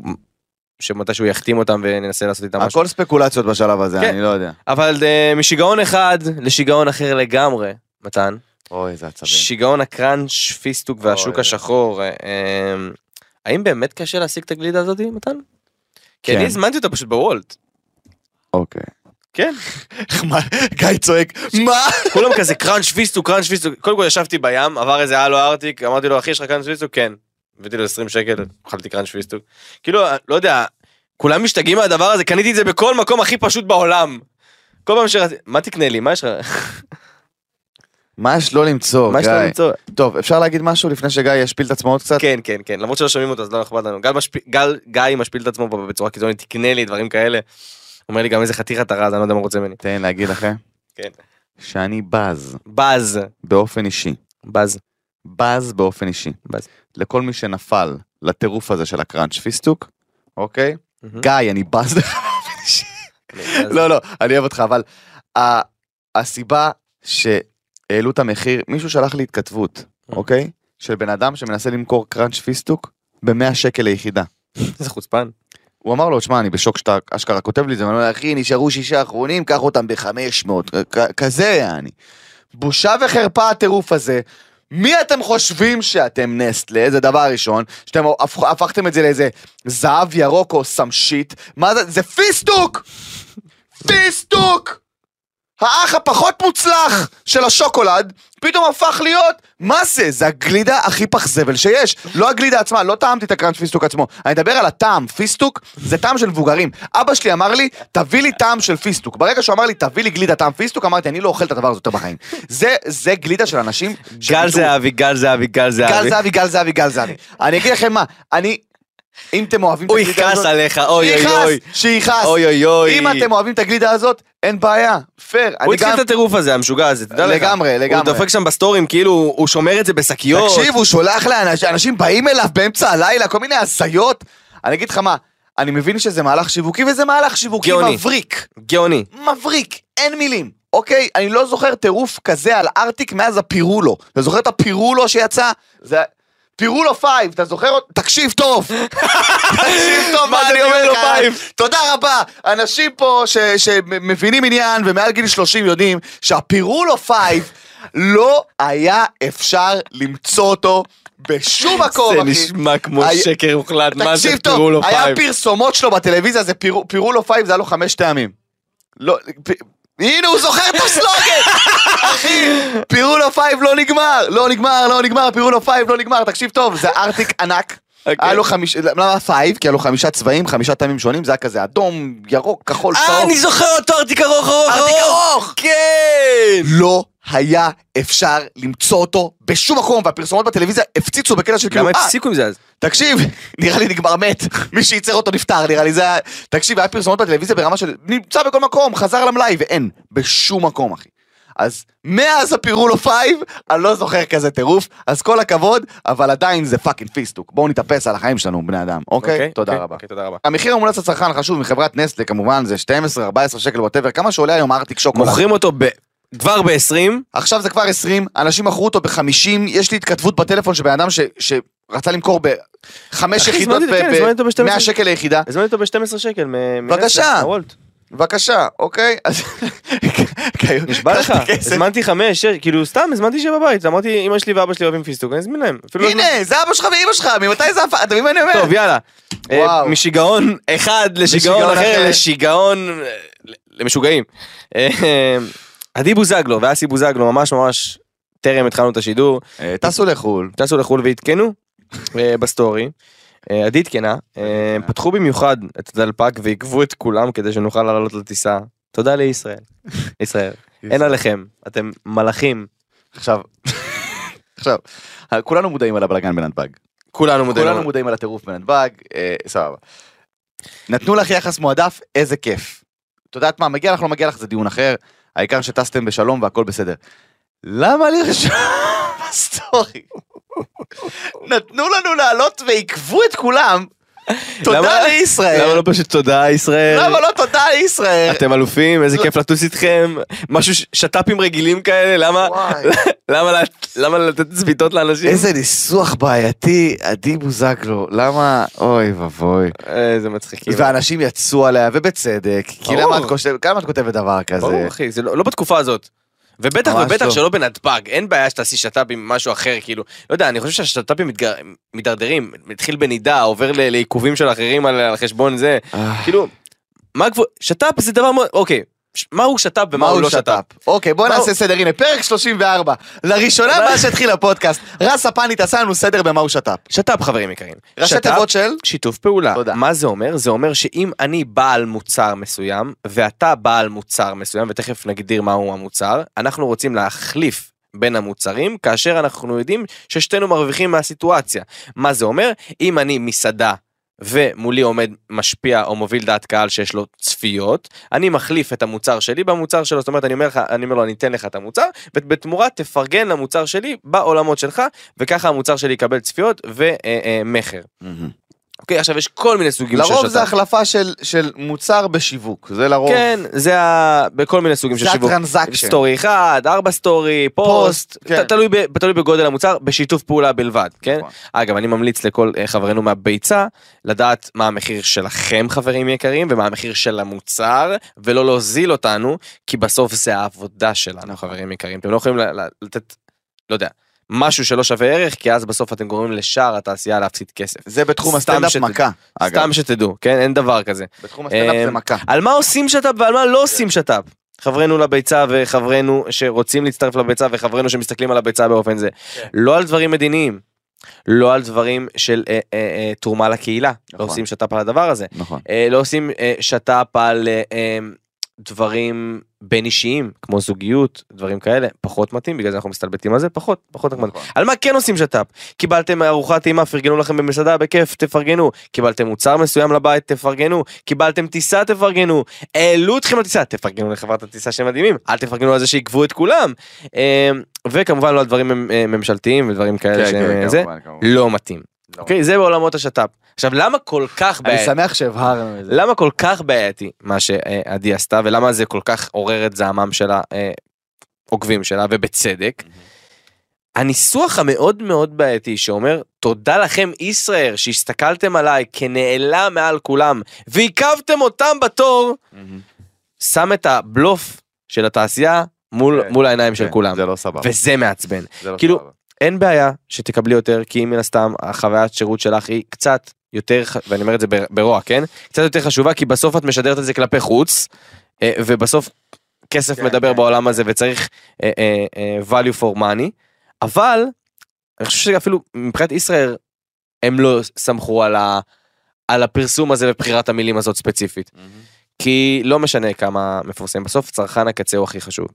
S3: שמתישהו יחתים אותם וננסה לעשות איתם משהו.
S2: הכל ספקולציות בשלב הזה,
S3: כן.
S2: אני לא יודע.
S3: אבל אה, משיגעון אחד לשיגעון אחר לגמרי, מתן.
S2: אוי, איזה עצבים.
S3: שיגעון הקראנץ', פיסטוק והשוק
S2: אוי.
S3: השחור. אה, אה, האם באמת קשה להשיג את הגלידה הזאת, מתן? כי אני
S2: כן.
S3: הזמנתי אותה פשוט בוולט.
S2: אוקיי.
S3: כן.
S2: מה? גיא צועק, מה?
S3: כולם כזה קראנץ' פיסטוק, קראנץ' פיסטוק. קודם כל ישבתי בים, עבר איזה הלו ארטיק, אמרתי לו, אחי, יש לך קראנץ' פיסטוק? כן. הבאתי לו 20 שקל, אכלתי קראנץ' פיסטוק. כאילו, לא יודע, כולם משתגעים מהדבר הזה, קניתי את זה בכל מקום הכי פשוט בעולם. כל פעם שרציתי, מה תקנה לי? מה יש לך?
S2: מה יש לא למצוא,
S3: מה יש לך
S2: גיא?
S3: למצוא?
S2: טוב, אפשר להגיד משהו לפני שגיא ישפיל את עצמו עוד קצת?
S3: כן, כן, כן, למרות שלא שומעים אותו, אז לא אכפת לנו. גל משפיל- גל- גיא משפיל את עצמו פה בצורה קיצונית, תקנה לי דברים כאלה. אומר לי גם איזה חתיך אתה רע, אז אני לא יודע מה הוא רוצה ממני.
S2: תן לי להגיד לכם.
S3: כן.
S2: שאני בז
S3: באז.
S2: באופן אישי.
S3: באז.
S2: בז באופן אישי.
S3: בז.
S2: לכל מי שנפל לטירוף הזה של הקראנץ' פיסטוק, אוקיי?
S3: Mm-hmm.
S2: גיא, אני בז לך באופן אישי. לא, לא, אני אוהב אותך, אבל ה- הסיבה שהעלו את המחיר, מישהו שלח לי התכתבות, אוקיי? של בן אדם שמנסה למכור קראנץ' פיסטוק ב-100 שקל ליחידה.
S3: איזה חוצפן.
S2: הוא אמר לו, שמע, אני בשוק שאתה אשכרה כותב לי את זה, ואני אומר, אחי, נשארו שישה אחרונים, קח אותם ב-500, כזה יעני. בושה וחרפה הטירוף הזה. מי אתם חושבים שאתם נסטלה? זה דבר ראשון. שאתם הפכ- הפכתם את זה לאיזה זהב ירוק או סמשית. מה זה? זה פיסטוק! פיסטוק! האח הפחות מוצלח של השוקולד, פתאום הפך להיות, מה זה? זה הגלידה הכי פח זבל שיש. לא הגלידה עצמה, לא טעמתי את הקראנץ' פיסטוק עצמו. אני מדבר על הטעם, פיסטוק זה טעם של מבוגרים. אבא שלי אמר לי, תביא לי טעם של פיסטוק. ברגע שהוא אמר לי, תביא לי גלידה טעם פיסטוק, אמרתי, אני לא אוכל את הדבר הזה יותר בחיים. זה, זה גלידה של אנשים...
S3: גל
S2: שפיתו-
S3: זהבי, גל זהבי, גל
S2: גל
S3: זהבי.
S2: זהבי, גל זהבי, גל זהבי. אני אגיד לכם מה, אני... אם אתם אוהבים את
S3: הוא
S2: הגלידה
S3: יכעס
S2: הזאת...
S3: עליך, אוי אוי
S2: שיכעס,
S3: אוי.
S2: שיכעס.
S3: אוי אוי אוי.
S2: לא- אם אתם אוהבים את הגלידה הזאת, אין בעיה, פייר.
S3: הוא
S2: אני
S3: התחיל
S2: גם-
S3: את הטירוף הזה, המשוגע הזה, תדע לך.
S2: לגמרי,
S3: הוא
S2: לגמרי.
S3: דופק שם בסטורים, כאילו, הוא שומר את זה בשקיות.
S2: תקשיב, הוא שולח לאנשים, אנשים באים אליו באמצע הלילה, כל מיני הזיות. אני אגיד לך מה, אני מבין שזה מהלך שיווקי, וזה מהלך שיווקי
S3: גאוני.
S2: מבריק.
S3: גאוני.
S2: מבריק, אין מילים. אוקיי, אני לא זוכר טירוף כזה על ארטיק מאז הפירולו. אתה זוכר את הפירולו שיצא? זה... פירולו פייב, אתה זוכר? אותו? תקשיב טוב. תקשיב טוב
S3: מה אני
S2: זה
S3: אומר לו
S2: כאן.
S3: פייב?
S2: תודה רבה. אנשים פה ש- שמבינים עניין ומעל גיל 30 יודעים שהפירולו פייב לא היה אפשר למצוא אותו בשום מקום,
S3: זה
S2: לא, אחי.
S3: נשמע כמו
S2: היה-
S3: שקר מוחלט, מה זה
S2: תקשיב
S3: תראו לו
S2: טוב, היה
S3: פייב.
S2: פרסומות שלו בטלוויזיה, זה פירו- פירולו פייב, זה היה לו חמש טעמים. לא, פ... הנה הוא זוכר את הסלוגן! אחי, פירולו פייב לא נגמר, לא נגמר, לא נגמר, פירולו פייב לא נגמר, תקשיב טוב, זה ארטיק ענק.
S3: אוקיי.
S2: היה לו חמישה, למה פייב? כי היה לו חמישה צבעים, חמישה טעמים שונים, זה היה כזה אדום, ירוק, כחול,
S3: אה,
S2: צהוב.
S3: אני זוכר אותו, ארטיק ארוך ארוך
S2: ארטיק ארוך!
S3: כן!
S2: לא היה אפשר למצוא אותו בשום מקום, והפרסומות בטלוויזיה הפציצו בקטע של כאילו,
S3: למה
S2: "אה,
S3: הפסיקו עם זה אז?
S2: תקשיב, נראה לי נגמר מת, מי שייצר אותו נפטר, נראה לי זה היה... תקשיב, היה פרסומות בטלוויזיה ברמה של נמצא בכל מקום, חזר למלאי, ואין, בשום מקום, אחי. אז מאז הפירולו פייב, אני לא זוכר כזה טירוף, אז כל הכבוד, אבל עדיין זה פאקינג פיסטוק. בואו נתאפס על החיים שלנו, בני אדם, אוקיי? תודה
S3: אוקיי,
S2: רבה.
S3: אוקיי, תודה רבה.
S2: המחיר המומלץ לצרכן חשוב מחברת נסטלה כמובן זה 12, 14 שקל ווטאבר, כמה שעולה היום ארטיק שוקולד?
S3: מוכרים אותו ב- כבר ב-20,
S2: עכשיו זה כבר 20, אנשים מכרו אותו ב-50, יש לי התכתבות בטלפון של בן אדם ש- שרצה למכור בחמש
S3: אחי,
S2: יחידות
S3: הזמנתי, כן, הזמנתי אותו ב-
S2: 100 שקל ליחידה.
S3: הזמנתי אותו ב-12 שקל. מ-
S2: בבקשה.
S3: מ- מהוולט.
S2: בבקשה, אוקיי? אז...
S3: נשבע לך,
S2: קחתי כסף.
S3: הזמנתי חמש, שש, כאילו סתם הזמנתי שבע בבית, אמרתי אמא שלי ואבא שלי אוהבים פיסטוק, אני אזמין להם. אפילו לא הזמנתי.
S2: הנה, זה אבא שלך ואימא שלך, ממתי זה הפך? אתה מבין מה אני אומר?
S3: טוב יאללה.
S2: וואו.
S3: אה, משיגעון אחד לשיגעון
S2: לשיגעון
S3: אחר
S2: אחר.
S3: לשיגעון אה, למשוגעים. אה, עדי בוזגלו ואסי בוזגלו ממש ממש טרם התחלנו את השידור,
S2: אה, טסו לחו"ל.
S3: טסו לחו"ל ועדכנו אה, בסטורי. אה, עדי עדכנה, אה, פתחו במיוחד את הדלפק ועיכבו את כולם כדי שנוכל לעלות לטיסה. תודה לישראל. ישראל, אין עליכם, אתם מלאכים.
S2: עכשיו, עכשיו, כולנו מודעים על הבלגן בנתב"ג.
S3: כולנו מודעים.
S2: כולנו מודעים על הטירוף בנתב"ג, אה, סבבה. נתנו לך יחס מועדף, איזה כיף. את יודעת מה, מגיע לך, לא מגיע לך, זה דיון אחר. העיקר שטסתם בשלום והכל בסדר. למה לרשום סטורי. נתנו לנו לעלות ועיכבו את כולם. תודה
S3: למה- למה
S2: לישראל.
S3: לא פשוט תודה ישראל?
S2: למה לא תודה לישראל?
S3: אתם אלופים, איזה כיף לטוס איתכם, משהו ש- שת"פים רגילים כאלה, למה
S2: וואי.
S3: למה לה- למה לתת צביטות לאנשים?
S2: איזה ניסוח בעייתי, עדי בוזגלו, למה, אוי ואבוי.
S3: איזה מצחיקים.
S2: ואנשים יצאו עליה, ובצדק, כי
S3: כאילו. ברור.
S2: למה את כותבת, כמה את כותבת דבר
S3: ברור
S2: כזה?
S3: אחי, זה לא לא בתקופה הזאת. ובטח
S2: ממש
S3: ובטח
S2: לא.
S3: שלא בנתב"ג, אין בעיה שתעשי שת"פ עם משהו אחר, כאילו, לא יודע, אני חושב שהשת"פים מתגר- מידרדרים, מתחיל בנידה, עובר ל- לעיכובים של אחרים על על חשבון זה,
S2: אה,
S3: כאילו, מה הגבול, שת"פ זה דבר מאוד, אוקיי, ש- מהו שת"פ ומה הוא לא שת"פ?
S2: אוקיי, בוא
S3: מה
S2: נעשה
S3: הוא-
S2: סדר, הנה, פרק 34. לראשונה
S3: מה-
S2: מאז שהתחיל הפודקאסט, רס הפנית עשה לנו סדר במה הוא שת"פ.
S3: שת"פ חברים יקרים.
S2: ראשי
S3: שת"פ,
S2: תיבות של?
S3: שיתוף פעולה.
S2: תודה.
S3: מה זה אומר? זה אומר שאם אני בעל מוצר מסוים, ואתה בעל מוצר מסוים, ותכף נגדיר מהו המוצר, אנחנו רוצים להחליף. בין המוצרים, כאשר אנחנו יודעים ששתינו מרוויחים מהסיטואציה. מה זה אומר? אם אני מסעדה ומולי עומד משפיע או מוביל דעת קהל שיש לו צפיות, אני מחליף את המוצר שלי במוצר שלו, זאת אומרת, אני אומר לך, אני אומר לו, אני אתן לך את המוצר, ובתמורה תפרגן למוצר שלי בעולמות שלך, וככה המוצר שלי יקבל צפיות אה, ומכר. אוקיי, עכשיו יש כל מיני סוגים של
S2: לרוב זה
S3: שת"פ.
S2: החלפה של- של מוצר בשיווק, זה לרוב.
S3: כן, זה ה... בכל מיני סוגים של
S2: זה
S3: שיווק.
S2: הטרנזקשן.
S3: סטורי אחד, ארבע סטורי, פוסט,
S2: פוסט, כן.
S3: ת- תלוי ב- תלוי בגודל המוצר, בשיתוף פעולה בלבד, כן?
S2: נכון.
S3: אגב, אני ממליץ לכל אה, חברינו מהביצה לדעת מה המחיר שלכם, חברים יקרים, ומה המחיר של המוצר, ולא להוזיל אותנו, כי בסוף זה העבודה שלנו,
S2: נכון.
S3: חברים יקרים. אתם לא יכולים ל- ל- לתת, לא יודע, משהו שלא שווה ערך, כי אז בסוף אתם גורמים לשאר התעשייה להפסיד כסף.
S2: זה בתחום
S3: סתם
S2: הסטנדאפ
S3: שת-
S2: מכה, אגב.
S3: סתם שתדעו, כן? אין דבר כזה.
S2: בתחום הסטנדאפ זה
S3: אמ,
S2: מכה.
S3: על מה עושים שת"פ ועל מה לא
S2: כן.
S3: עושים שת"פ. חברינו לביצה וחברינו שרוצים להצטרף לביצה וחברינו שמסתכלים על הביצה באופן זה.
S2: כן.
S3: לא על דברים מדיניים. לא על דברים של אה, אה, אה, תרומה לקהילה. לא
S2: נכון.
S3: עושים שת"פ על הדבר הזה.
S2: נכון.
S3: אה, לא עושים אה, שת"פ על אה, אה, דברים בין אישיים, כמו זוגיות, דברים כאלה. פחות מתאים, בגלל זה אנחנו מסתלבטים על זה, פחות, פחות נחמד.
S2: נכון.
S3: על מה כן עושים שת"פ? קיבלתם ארוחת טעימה, פרגנו לכם במסעדה, בכיף, תפרגנו. קיבלתם מוצר מסוים לבית, תפרגנו. קיבלתם טיסה, תפרגנו. העלו אתכם לטיסה, תפרגנו לחברת הטיסה שהם מדהימים. אל תפרגנו על זה שעיכבו את כולם. אה, וכמובן לא על דברים מ- אה, ממשלתיים ודברים כאלה
S2: כן,
S3: שהם
S2: כן,
S3: אה, זה.
S2: כמובן, כמובן.
S3: לא מתאים. אוקיי, זה בעולמות השת"פ. עכשיו, למה כל כך
S2: אני
S3: בעייתי?
S2: שמח שהבהרנו את זה.
S3: למה כל כך בעייתי מה שעדי עשתה, ולמה זה כל כך עורר את זעמם של העוקבים שלה, ובצדק? הניסוח המאוד מאוד בעייתי שאומר, תודה לכם ישראל שהסתכלתם עליי כנעלה מעל כולם, ועיכבתם אותם בתור, שם את הבלוף של התעשייה מול,
S2: כן,
S3: מול העיניים של
S2: כן,
S3: כולם.
S2: זה לא סבבה.
S3: וזה מעצבן.
S2: זה לא
S3: כאילו,
S2: סבבה.
S3: אין בעיה שתקבלי יותר, כי מן הסתם החוויית שירות שלך היא קצת יותר, ח- ואני אומר את זה בר- ברוע, כן? קצת יותר חשובה, כי בסוף את משדרת את זה כלפי חוץ, אה, ובסוף כסף
S2: כן,
S3: מדבר
S2: כן.
S3: בעולם הזה וצריך אה, אה, אה, value for money, אבל אני חושב שאפילו מבחינת ישראל, הם לא סמכו על, ה, על הפרסום הזה ובחירת המילים הזאת ספציפית. כי לא משנה כמה מפורסמים, בסוף צרכן הקצה הוא הכי חשוב.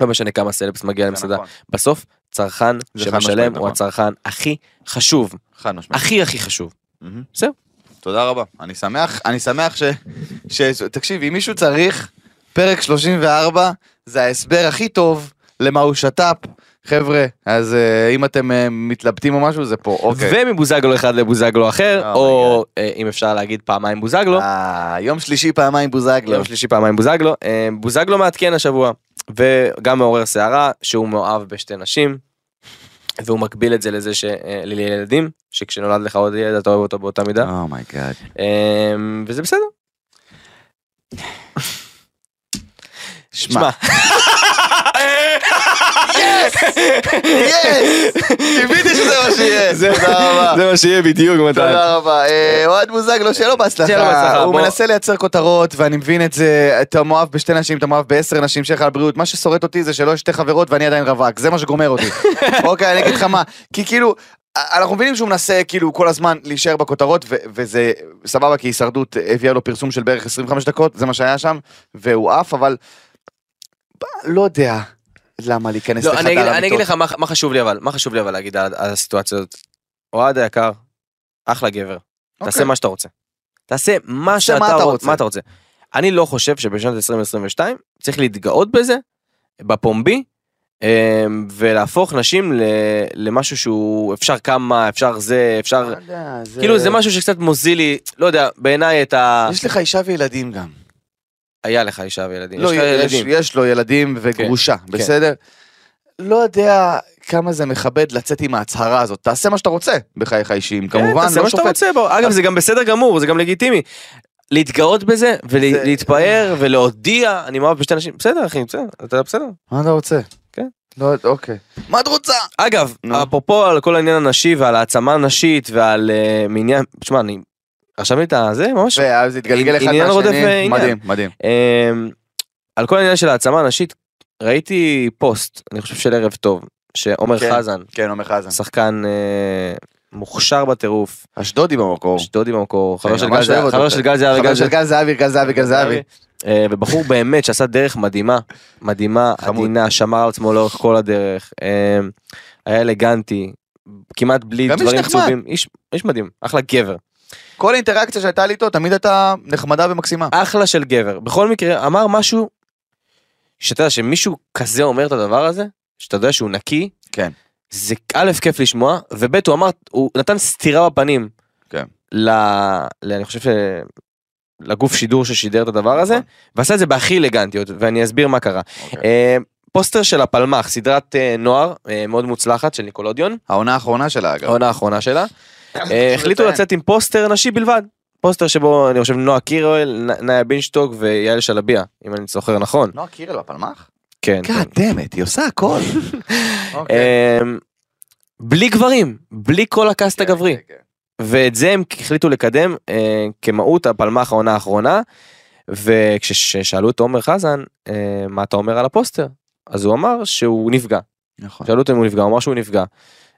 S3: לא משנה כמה סלבס מגיע
S2: זה
S3: למסעדה,
S2: נכון.
S3: בסוף צרכן
S2: זה חד משמעית,
S3: שמשלם הוא
S2: נכון.
S3: הצרכן הכי חשוב,
S2: חד משמעית.
S3: הכי הכי חשוב.
S2: מהמם.
S3: אה, זהו.
S2: תודה רבה. אני שמח, אני שמח ש... ש... תקשיב, אם מישהו צריך, פרק 34 זה ההסבר הכי טוב למה הוא שת"פ. חבר'ה, אז אה, אם אתם אה, מתלבטים או משהו, זה פה, אוקיי.
S3: ומבוזגלו אחד לבוזגלו אחר,
S2: Oh my
S3: או אה, אם אפשר להגיד פעמיים בוזגלו,
S2: אה, יום שלישי פעמיים בוזגלו.
S3: לא. יום שלישי פעמיים בוזגלו, אה, בוזגלו מעדכן השבוע, וגם מעורר סערה שהוא מאוהב בשתי נשים, והוא מקביל את זה לזה שלילדים, שכשנולד לך עוד ילד אתה אוהב אותו באותה מידה,
S2: אה. אומייגאד.
S3: אה, וזה בסדר. שמע,
S2: יס! קיוויתי שזה מה שיהיה. תודה רבה.
S3: זה מה שיהיה בדיוק מתן.
S2: תודה רבה. אה, אוהד בוזגלו, שיהיה לו
S3: שיהיה לו
S2: בהצלחה.
S3: בהצלחה,
S2: הוא
S3: בוא.
S2: מנסה לייצר כותרות, ואני מבין את זה. אתה מאוהב בשתי נשים, אתה מאוהב בעשר נשים, שיהיה לך על בריאות. מה ששורט אותי זה שלא יש שתי חברות ואני עדיין רווק. זה מה שגומר אותי. אוקיי, אני אגיד לך מה. כי כאילו... א- אנחנו מבינים שהוא מנסה כאילו כל הזמן להישאר בכותרות ו- וזה סבבה כי הישרדות הביאה לו פרסום של בערך 25 דקות זה מה שהיה שם והוא עף אבל ב- לא יודע למה להיכנס
S3: לא,
S2: לחדר
S3: אני אגיד, אני אגיד
S2: המיטות.
S3: לך מה, מה חשוב לי אבל, מה חשוב לי אבל להגיד על, על הסיטואציה הזאת. אוהד היקר, אחלה גבר, תעשה
S2: אוקיי.
S3: מה שאתה רוצה. תעשה מה
S2: תעשה
S3: שאתה
S2: מה אתה
S3: רוצ-
S2: רוצה.
S3: מה אתה רוצה. אני לא חושב שבשנת 2022 צריך להתגאות בזה, בפומבי, אמ, ולהפוך נשים ל- למשהו שהוא אפשר כמה, אפשר זה,
S2: אה,
S3: אפשר... כאילו זה משהו שקצת מוזיל לי, לא יודע, בעיניי את ה...
S2: יש לך אישה וילדים גם.
S3: היה לך אישה וילדים.
S2: לא,
S3: יש לך
S2: יש,
S3: ילדים. כן,
S2: יש לו ילדים וגרושה, בסדר? לא יודע כמה זה מכבד לצאת עם ההצהרה הזאת. תעשה מה שאתה רוצה בחייך האישיים,
S3: כן,
S2: כמובן,
S3: תעשה
S2: לא
S3: מה שאתה
S2: שופט.
S3: רוצה בו. אגב, זה גם בסדר גמור, זה גם לגיטימי. להתגאות בזה,
S2: זה-
S3: ולהתפאר, ולהודיע, אני מאוהב בשתי נשים, בסדר אחי, בסדר, אתה בסדר.
S2: מה אתה רוצה?
S3: כן.
S2: לא, אוקיי. מה את רוצה?
S3: אגב,
S2: נו.
S3: אפרופו על כל העניין הנשי ועל העצמה נשית ועל אה, מניין, תשמע, אני רשמתי את הזה ממש,
S2: ואז התגלגל אחד
S3: עניין רודף
S2: מהשני.
S3: עניין.
S2: מדהים, מדהים.
S3: אה, על כל העניין של העצמה נשית, ראיתי פוסט, אני חושב של ערב טוב, שעומר
S2: כן.
S3: חזן,
S2: כן, עומר חזן.
S3: שחקן אה, מוכשר בטירוף,
S2: אשדודי במקור.
S3: אשדודי במקור, חבר
S2: אני
S3: של
S2: כן, ממש
S3: גל
S2: אוהב
S3: זהבי,
S2: אותו. כן.
S3: חבר של גל זהבי,
S2: חבר
S3: גל
S2: של
S3: זהבי,
S2: גל זהבי, גל זהבי, גל זהבי.
S3: אה, ובחור באמת שעשה דרך מדהימה, מדהימה,
S2: חמוד.
S3: עדינה, שמר על עצמו לאורך כל הדרך, אה, היה אלגנטי, כמעט בלי
S2: גם איש
S3: דברים
S2: נחמד.
S3: צהובים, איש- איש מדהים, אחלה גבר.
S2: כל אינטראקציה שהייתה לי איתו, תמיד הייתה נחמדה ומקסימה.
S3: אחלה של גבר. בכל מקרה, אמר משהו, שאתה יודע, שמישהו כזה אומר את הדבר הזה, שאתה יודע שהוא נקי,
S2: כן.
S3: זה א', כיף לשמוע, וב', הוא אמר, הוא נתן סטירה בפנים.
S2: כן.
S3: ל... ל... אני חושב ש... לגוף שידור ששידר את הדבר הזה,
S2: נכון.
S3: ועשה את זה בהכי אלגנטיות, ואני אסביר מה קרה.
S2: אוקיי.
S3: אה, פוסטר של הפלמ"ח, סדרת אה, נוער אה, מאוד מוצלחת של ניקולודיון,
S2: העונה האחרונה שלה, אגב.
S3: העונה האחרונה שלה. אה,
S2: לציין.
S3: החליטו לצאת עם פוסטר נשי בלבד. פוסטר שבו אני חושב נועה קירל, נ- נאיה בינשטוק ויעל שלביה, אם אני זוכר נכון.
S2: נועה קירל בפלמ"ח?
S3: כן. כן.
S2: God damn it, היא עושה הכל.
S3: אמ, בלי גברים, בלי כל הקאסט הגברי. ואת זה הם החליטו לקדם אה, כמהות הפלמ"ח העונה האחרונה. וכששאלו את עומר חזן, אה, מה אתה אומר על הפוסטר? אז הוא אמר שהוא נפגע.
S2: נכון.
S3: שאלו אותו אם הוא נפגע, הוא אמר שהוא נפגע.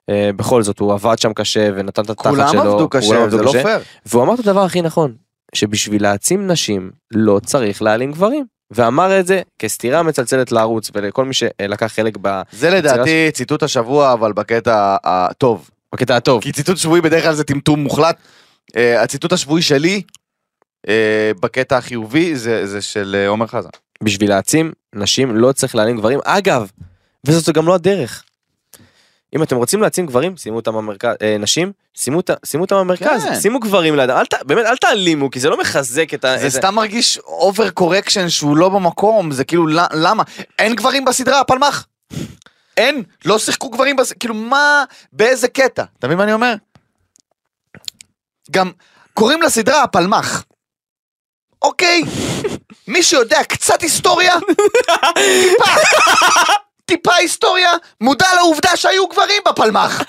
S3: אה, בכל זאת, הוא עבד שם קשה ונתן את התחת שלו.
S2: כולם עבדו קשה, זה לא פייר.
S3: והוא אמר את הדבר הכי נכון, שבשביל להעצים נשים לא צריך להעלים גברים. ואמר את זה כסתירה מצלצלת לערוץ ולכל מי שלקח חלק ב-
S2: זה לדעתי ציטוט השבוע, אבל בקטע הטוב.
S3: בקטע הטוב.
S2: כי ציטוט שבועי בדרך כלל זה טמטום מוחלט. אה, הציטוט השבועי שלי, אה, בקטע החיובי, זה זה של אה, עומר חזן.
S3: בשביל להעצים נשים לא צריך להעלים גברים. אגב, וזאת גם לא הדרך. אם אתם רוצים להעצים גברים, שימו אותם במרכז, אה, נשים, שימו אותם- שימו אותם במרכז,
S2: כן.
S3: שימו גברים לידם, אל ת- באמת אל תעלימו, כי זה לא מחזק את ה...
S2: זה
S3: את ה-
S2: סתם מרגיש אובר קורקשן שהוא לא במקום, זה כאילו ל- למה? אין גברים בסדרה, הפלמ"ח. אין, לא שיחקו גברים בסדרה, כאילו מה, באיזה קטע? אתה מבין מה אני אומר? גם קוראים לסדרה הפלמ"ח. אוקיי, מי שיודע קצת היסטוריה, טיפה, טיפה היסטוריה, מודע לעובדה שהיו גברים בפלמ"ח.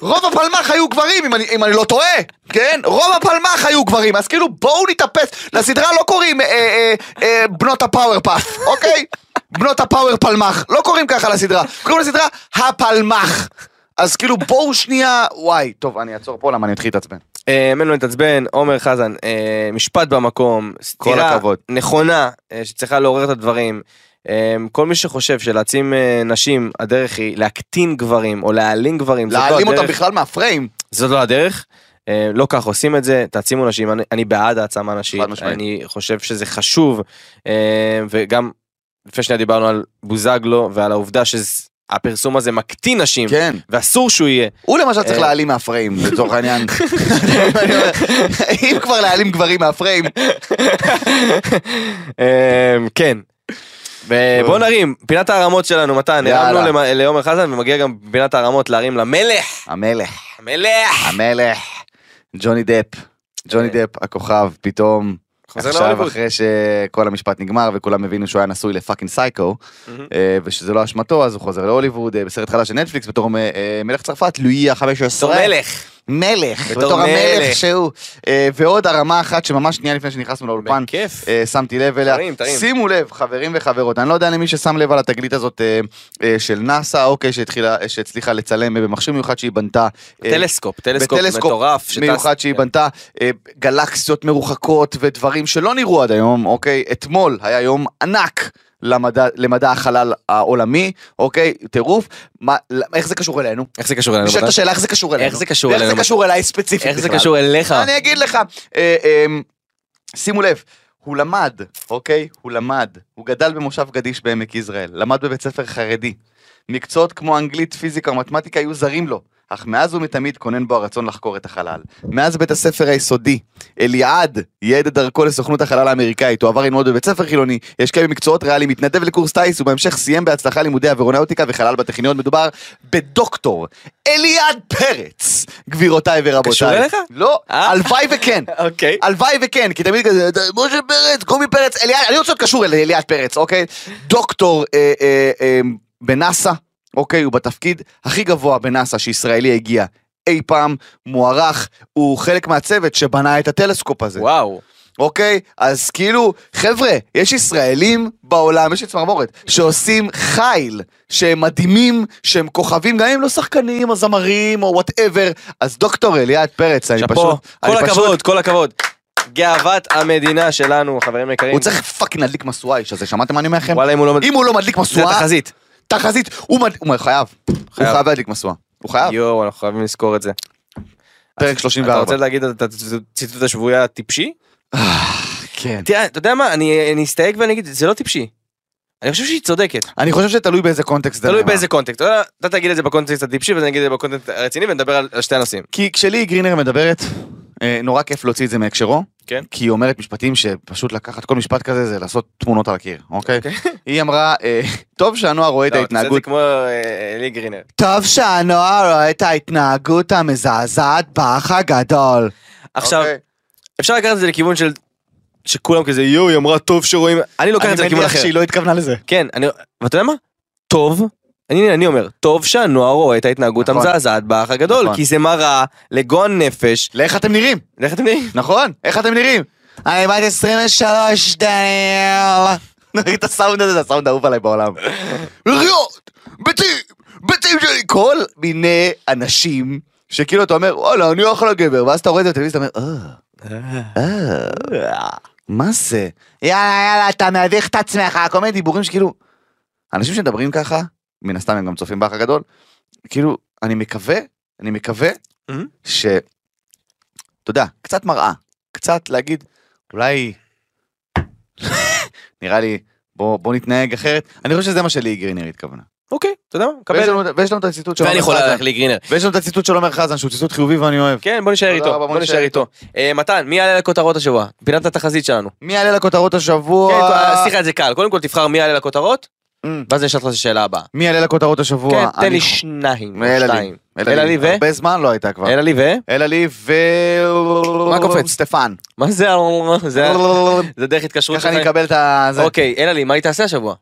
S2: רוב הפלמ"ח היו גברים, אם אני, אם אני לא טועה, כן? רוב הפלמ"ח היו גברים, אז כאילו בואו נתאפס. לסדרה לא קוראים אה, אה, אה, בנות הפאוור פאף, אוקיי? בנות הפאוור פלמ"ח, לא קוראים ככה לסדרה, קוראים לסדרה הפלמ"ח. אז כאילו בואו שנייה, וואי, טוב, אני אעצור פה למה אני אתחיל להתעצבן.
S3: אה, אין לו להתעצבן, עומר חזן, אה, משפט במקום, סתירה
S2: הכבוד.
S3: נכונה אה, שצריכה לעורר את הדברים. אה, כל מי שחושב שלהעצים אה, נשים, הדרך היא להקטין גברים או להעלים גברים, זאת לא
S2: להעלים אותם
S3: הדרך.
S2: בכלל מהפריים.
S3: זאת לא הדרך. אה, לא כך עושים את זה, תעצימו נשים, אני, אני בעד העצמה נשית,
S2: חד משמעית.
S3: אני חושב שזה חשוב, אה, וגם לפני שניה דיברנו על בוזגלו ועל העובדה שהפרסום הזה מקטין נשים,
S2: כן.
S3: ואסור שהוא יהיה.
S2: הוא למשל צריך
S3: אה.
S2: להעלים מהפריים, לצורך העניין. אם כבר להעלים גברים מהפריים,
S3: אמ, כן. ובוא נרים, פינת הערמות שלנו, מתן,
S2: יאללה.
S3: הרמנו למ- לעומר חזן ומגיע גם פינת הערמות להרים למלך,
S2: המלך.
S3: המלך.
S2: המלך, ג'וני דפ, ג'וני דפ הכוכב פתאום,
S3: חוזר
S2: עכשיו
S3: להוליווד.
S2: אחרי שכל המשפט נגמר וכולם הבינו שהוא היה נשוי לפאקינג סייקו,
S3: מהמם.
S2: אה, ושזה לא אשמתו אז הוא חוזר להוליווד אה, בסרט חדש של נטפליקס בתור מ- אה, מלך צרפת, לואי ה-15,
S3: בתור מלך.
S2: מלך,
S3: בתור
S2: בתור המלך
S3: מלך.
S2: שהוא, אה, ועוד הרמה אחת שממש שנייה לפני שנכנסנו לאולפן,
S3: בכיף.
S2: אה, שמתי לב אליה.
S3: תרים, תרים.
S2: שימו לב, חברים וחברות, אני לא יודע למי ששם לב על התגלית הזאת אה, אה, של נאסא, אוקיי, שהתחילה, אה, שהצליחה לצלם אה, במכשיר מיוחד שהיא בנתה. אה,
S3: טלסקופ, טלסקופ
S2: בטלסקופ
S3: מטורף. שטס-
S2: מיוחד שהיא
S3: כן.
S2: בנתה אה, גלקסיות מרוחקות ודברים שלא נראו עד היום, אוקיי? אתמול היה יום ענק. למדע, למדע החלל העולמי, אוקיי, טירוף, מה, למ- איך זה קשור אלינו?
S3: איך זה קשור אלינו?
S2: אני שואל את
S3: מתן?
S2: השאלה איך זה קשור אלינו.
S3: איך זה קשור
S2: איך
S3: אלינו?
S2: זה קשור אליי ספציפית
S3: איך זה
S2: בכלל?
S3: קשור אליך?
S2: אני אגיד לך, אה, אה, שימו לב, הוא למד, אוקיי? הוא למד, הוא גדל במושב גדיש בעמק יזרעאל, למד בבית ספר חרדי. מקצועות כמו אנגלית, פיזיקה ומתמטיקה היו זרים לו, אך מאז ומתמיד כונן בו הרצון לחקור את החלל. מאז בית הספר היסודי, אליעד ייעד את דרכו לסוכנות החלל האמריקאית, הוא עבר ללמוד בבית ספר חילוני, השקיע במקצועות ריאליים, התנדב לקורס טיס, ובהמשך סיים בהצלחה לימודי אווירונאוטיקה וחלל בטכניון, מדובר בדוקטור אליעד פרץ, גבירותיי ורבותיי.
S3: קשור אליך?
S2: לא,
S3: אה?
S2: הלוואי וכן.
S3: אוקיי.
S2: הלוואי וכן, כי תמיד כזה, "ד- משה פרץ, קומי פרץ, אליעד, אני רוצה להיות קשור אל אליעד פרץ, אוקיי? דוקטור אה, אה, אה, בנאסא, אוקיי? הוא בתפקיד הכי גבוה בנאסא שישראלי הגיע אי פעם, מוערך, הוא חלק מהצוות שבנה את הטלסקופ הזה,
S3: וואו.
S2: אוקיי? אז כאילו, חבר'ה, יש ישראלים בעולם, יש לי צמרמורת, שעושים חיל, שהם מדהימים, שהם כוכבים, גם אם לא שחקנים או זמרים או וואטאבר, אז דוקטור אליעד פרץ, אני פשוט...
S3: שאפו.
S2: אני
S3: כל
S2: פשוט-
S3: הכבוד, כל הכבוד. גאוות המדינה שלנו, חברים יקרים.
S2: הוא צריך פאק להדליק משואה האיש הזה, שמעתם מה אני אומר לכם?
S3: וואלה, אם הוא לא...
S2: אם הוא לא מדליק
S3: זה
S2: משואה,
S3: התחזית.
S2: תחזית, הוא מד- הוא חייב, הוא
S3: חייב.
S2: חייב להדליק משואה, הוא חייב,
S3: יואו, אנחנו חייבים לזכור את זה.
S2: פרק
S3: אתה
S2: 34.
S3: רוצה להגיד את הציטוט השבועי הטיפשי?
S2: כן.
S3: תראה, אתה יודע מה, אני אני אסתייג ואני אגיד, זה לא טיפשי. אני חושב שהיא צודקת.
S2: אני חושב שתלוי באיזה קונטקסט זה
S3: תלוי
S2: נאמר.
S3: באיזה קונטקסט. אתה יודע, אתה תגיד את זה בקונטקסט הטיפשי ואני אגיד את זה בקונטקסט הרציני ונדבר על על שתי הנושאים.
S2: כי כשלי גרינר מדברת, אה, נורא כיף להוציא את זה מהקשרו,
S3: כן.
S2: כי היא אומרת משפטים שפשוט לקחת כל משפט כזה זה לעשות תמונות על הקיר, אוקיי? היא אמרה, אה, טוב שהנוער רואה את
S3: לא, אתה עושה את
S2: ההתנהגות
S3: זה כמו אה, אלי גרינר.
S2: טוב שהנוער רואה את ההתנהגות המזעזעת באח הגדול.
S3: עכשיו,
S2: אוקיי.
S3: אפשר לקחת את זה לכיוון של... שכולם כזה יואו היא אמרה טוב שרואים אני לוקח את זה
S2: אני
S3: לכיוון
S2: מניח
S3: אחר.
S2: שהיא לא התכוונה לזה.
S3: כן אני ואתה יודע מה טוב אני אני אומר טוב שהנוער רואה את ההתנהגות
S2: נכון.
S3: המזעזעת באח הגדול
S2: נכון.
S3: כי זה מראה לגועל נפש.
S2: לאיך אתם נראים?
S3: לך אתם יודעים.
S2: נכון, איך אתם נראים? אני בת 23, דניאל. נגיד את הסאונד הזה, זה הסאונד האהוב עליי בעולם. לחיות, ביתים, ביתים שלי. כל מיני אנשים שכאילו אתה אומר, וואלה, אני אחלה גבר, ואז אתה רואה את זה בטלוויזיה, אתה אומר, "אה, אה, מה זה? יאללה, יאללה, אתה מביך את עצמך, כל מיני דיבורים שכאילו... אנשים שמדברים ככה, מן הסתם הם גם צופים באח הגדול, כאילו, אני מקווה, אני מקווה,
S3: מהמם.
S2: ש... אתה יודע, קצת מראה, קצת להגיד, אולי... נראה לי, בוא, בוא נתנהג אחרת. אני חושב שזה מה שלי גרינר התכוונה.
S3: אוקיי אתה יודע מה
S2: ויש
S3: קבל.
S2: לנו, ויש לנו את הציטוט של
S3: ואני
S2: עומר
S3: יכול
S2: חזן,
S3: ללכת לגרינר.
S2: ויש לנו את הציטוט של עומר חזן, שהוא ציטוט חיובי ואני אוהב.
S3: כן בוא נשאר
S2: תודה
S3: איתו.
S2: רבה, בוא
S3: בוא נשאר
S2: נשאר
S3: איתו. אה, מתן מי יעלה לכותרות השבוע? פינת התחזית שלנו.
S2: מי יעלה לכותרות השבוע?
S3: כן, סליחה זה קל קודם כל תבחר מי יעלה לכותרות
S2: אמ,
S3: ואז אני אשאל אותך את השאלה הבאה.
S2: מי יעלה לכותרות השבוע?
S3: כן תן
S2: אני-
S3: לי שניים.
S2: אלה לי,
S3: שתיים.
S2: אלה לי,
S3: ו?
S2: הרבה זמן לא הייתה כבר.
S3: אלה לי ו?
S2: אלה לי ו...
S3: מה קופץ?
S2: סטפן.
S3: מה זה? זה- זה דרך התקשרות
S2: ככה
S3: שלך?
S2: אני אקבל את ה... זה.
S3: אוקיי, אלה לי, מה היא תעשה השבוע?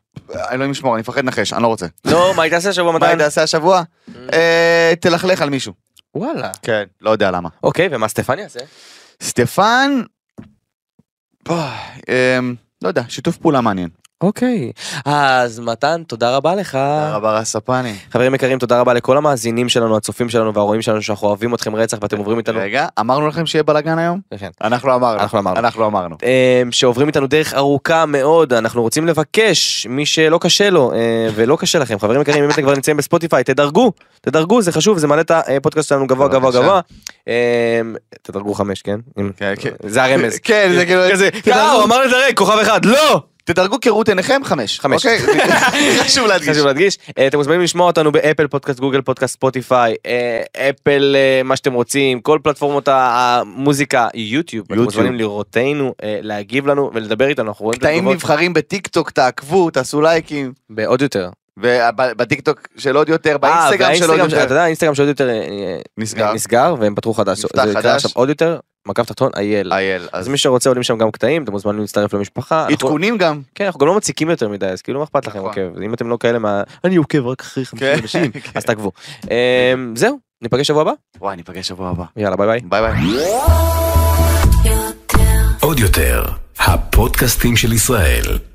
S2: אלוהים ישמור, אני מפחד לנחש, אני לא רוצה.
S3: לא, מה היא תעשה השבוע
S2: מה
S3: מתן?
S2: היא תעשה השבוע?
S3: Mm.
S2: אה, תלכלך על מישהו.
S3: וואלה.
S2: כן. לא יודע למה.
S3: אוקיי, ומה סטפניה עושה?
S2: סטפן... בוא, אמ, לא יודע, שיתוף פעולה מעניין.
S3: אוקיי. אז מתן, תודה רבה לך.
S2: תודה רבה רספני.
S3: חברים יקרים, תודה רבה לכל המאזינים שלנו, הצופים שלנו והרועים שלנו, שאנחנו אוהבים אתכם רצח ואתם עוברים איתנו...
S2: רגע, אמרנו לכם שיהיה בלאגן היום?
S3: כן.
S2: אנחנו אמרנו.
S3: לא- אנחנו אמרנו.
S2: אנחנו אמרנו.
S3: אמ, שעוברים איתנו דרך ארוכה מאוד אנחנו רוצים לבקש מי שלא קשה לו אה, ולא קשה לכם חברים יקרים אם אתם כבר נמצאים בספוטיפיי תדרגו תדרגו זה חשוב זה מעלה את הפודקאסט שלנו גבוה גבוה
S2: בבקשה.
S3: גבוה. אמ, תדרגו חמש כן אם-
S2: כן, כן.
S3: זה הרמז.
S2: כן, זה כאילו...
S3: כזה, אה, הוא
S2: תדרגו-
S3: אמר לדרג כוכב אחד לא.
S2: תדרגו כראות עיניכם חמש.
S3: חמש.
S2: אוקיי? חשוב להדגיש.
S3: חשוב להדגיש אה, אתם מוזמנים לשמוע אותנו באפל פודקאסט גוגל פודקאסט ספוטיפיי אה, אפל אה, מה שאתם רוצים כל פלטפורמות ה- המוזיקה יוטיוב אתם
S2: יוטיוב.
S3: מוזמנים לראותנו אה, להגיב לנו ולדבר איתנו אנחנו רואים את
S2: קטעים
S3: התגובות
S2: נבחרים בטיק טוק, תעקבו, תעשו לייקים.
S3: בעוד יותר
S2: ובטיק טוק של עוד יותר,
S3: אה,
S2: באינסטגרם של עוד
S3: והאינסטגרם ש-
S2: יותר.
S3: אתה יודע, האינסטגרם שעוד יותר אה,
S2: נסגר.
S3: נסגר והם פתחו חדש.
S2: נפתח
S3: זה נקרא
S2: חדש.
S3: עכשיו עוד יותר, מקף תחתון אייל.
S2: אייל,
S3: אז
S2: אז
S3: מי שרוצה עולים שם גם קטעים, אתם מוזמנים להצטרף למשפחה. אנחנו-
S2: עדכונים גם.
S3: כן, אנחנו גם לא מציקים יותר מדי, אז כאילו מה אכפת לכם
S2: נכון.
S3: עוקב? אם אתם לא כאלה מה... אני עוקב רק אחרי 50
S2: כן,
S3: אנשים,
S2: כן.
S3: אז תעקבו. אמ, זהו, ניפגש שבוע הבא,
S2: וואי, ניפגש שבוע הבא.
S3: יאללה ביי ביי.
S2: ביי ביי.
S1: עוד יותר, הפודקאסטים של ישראל.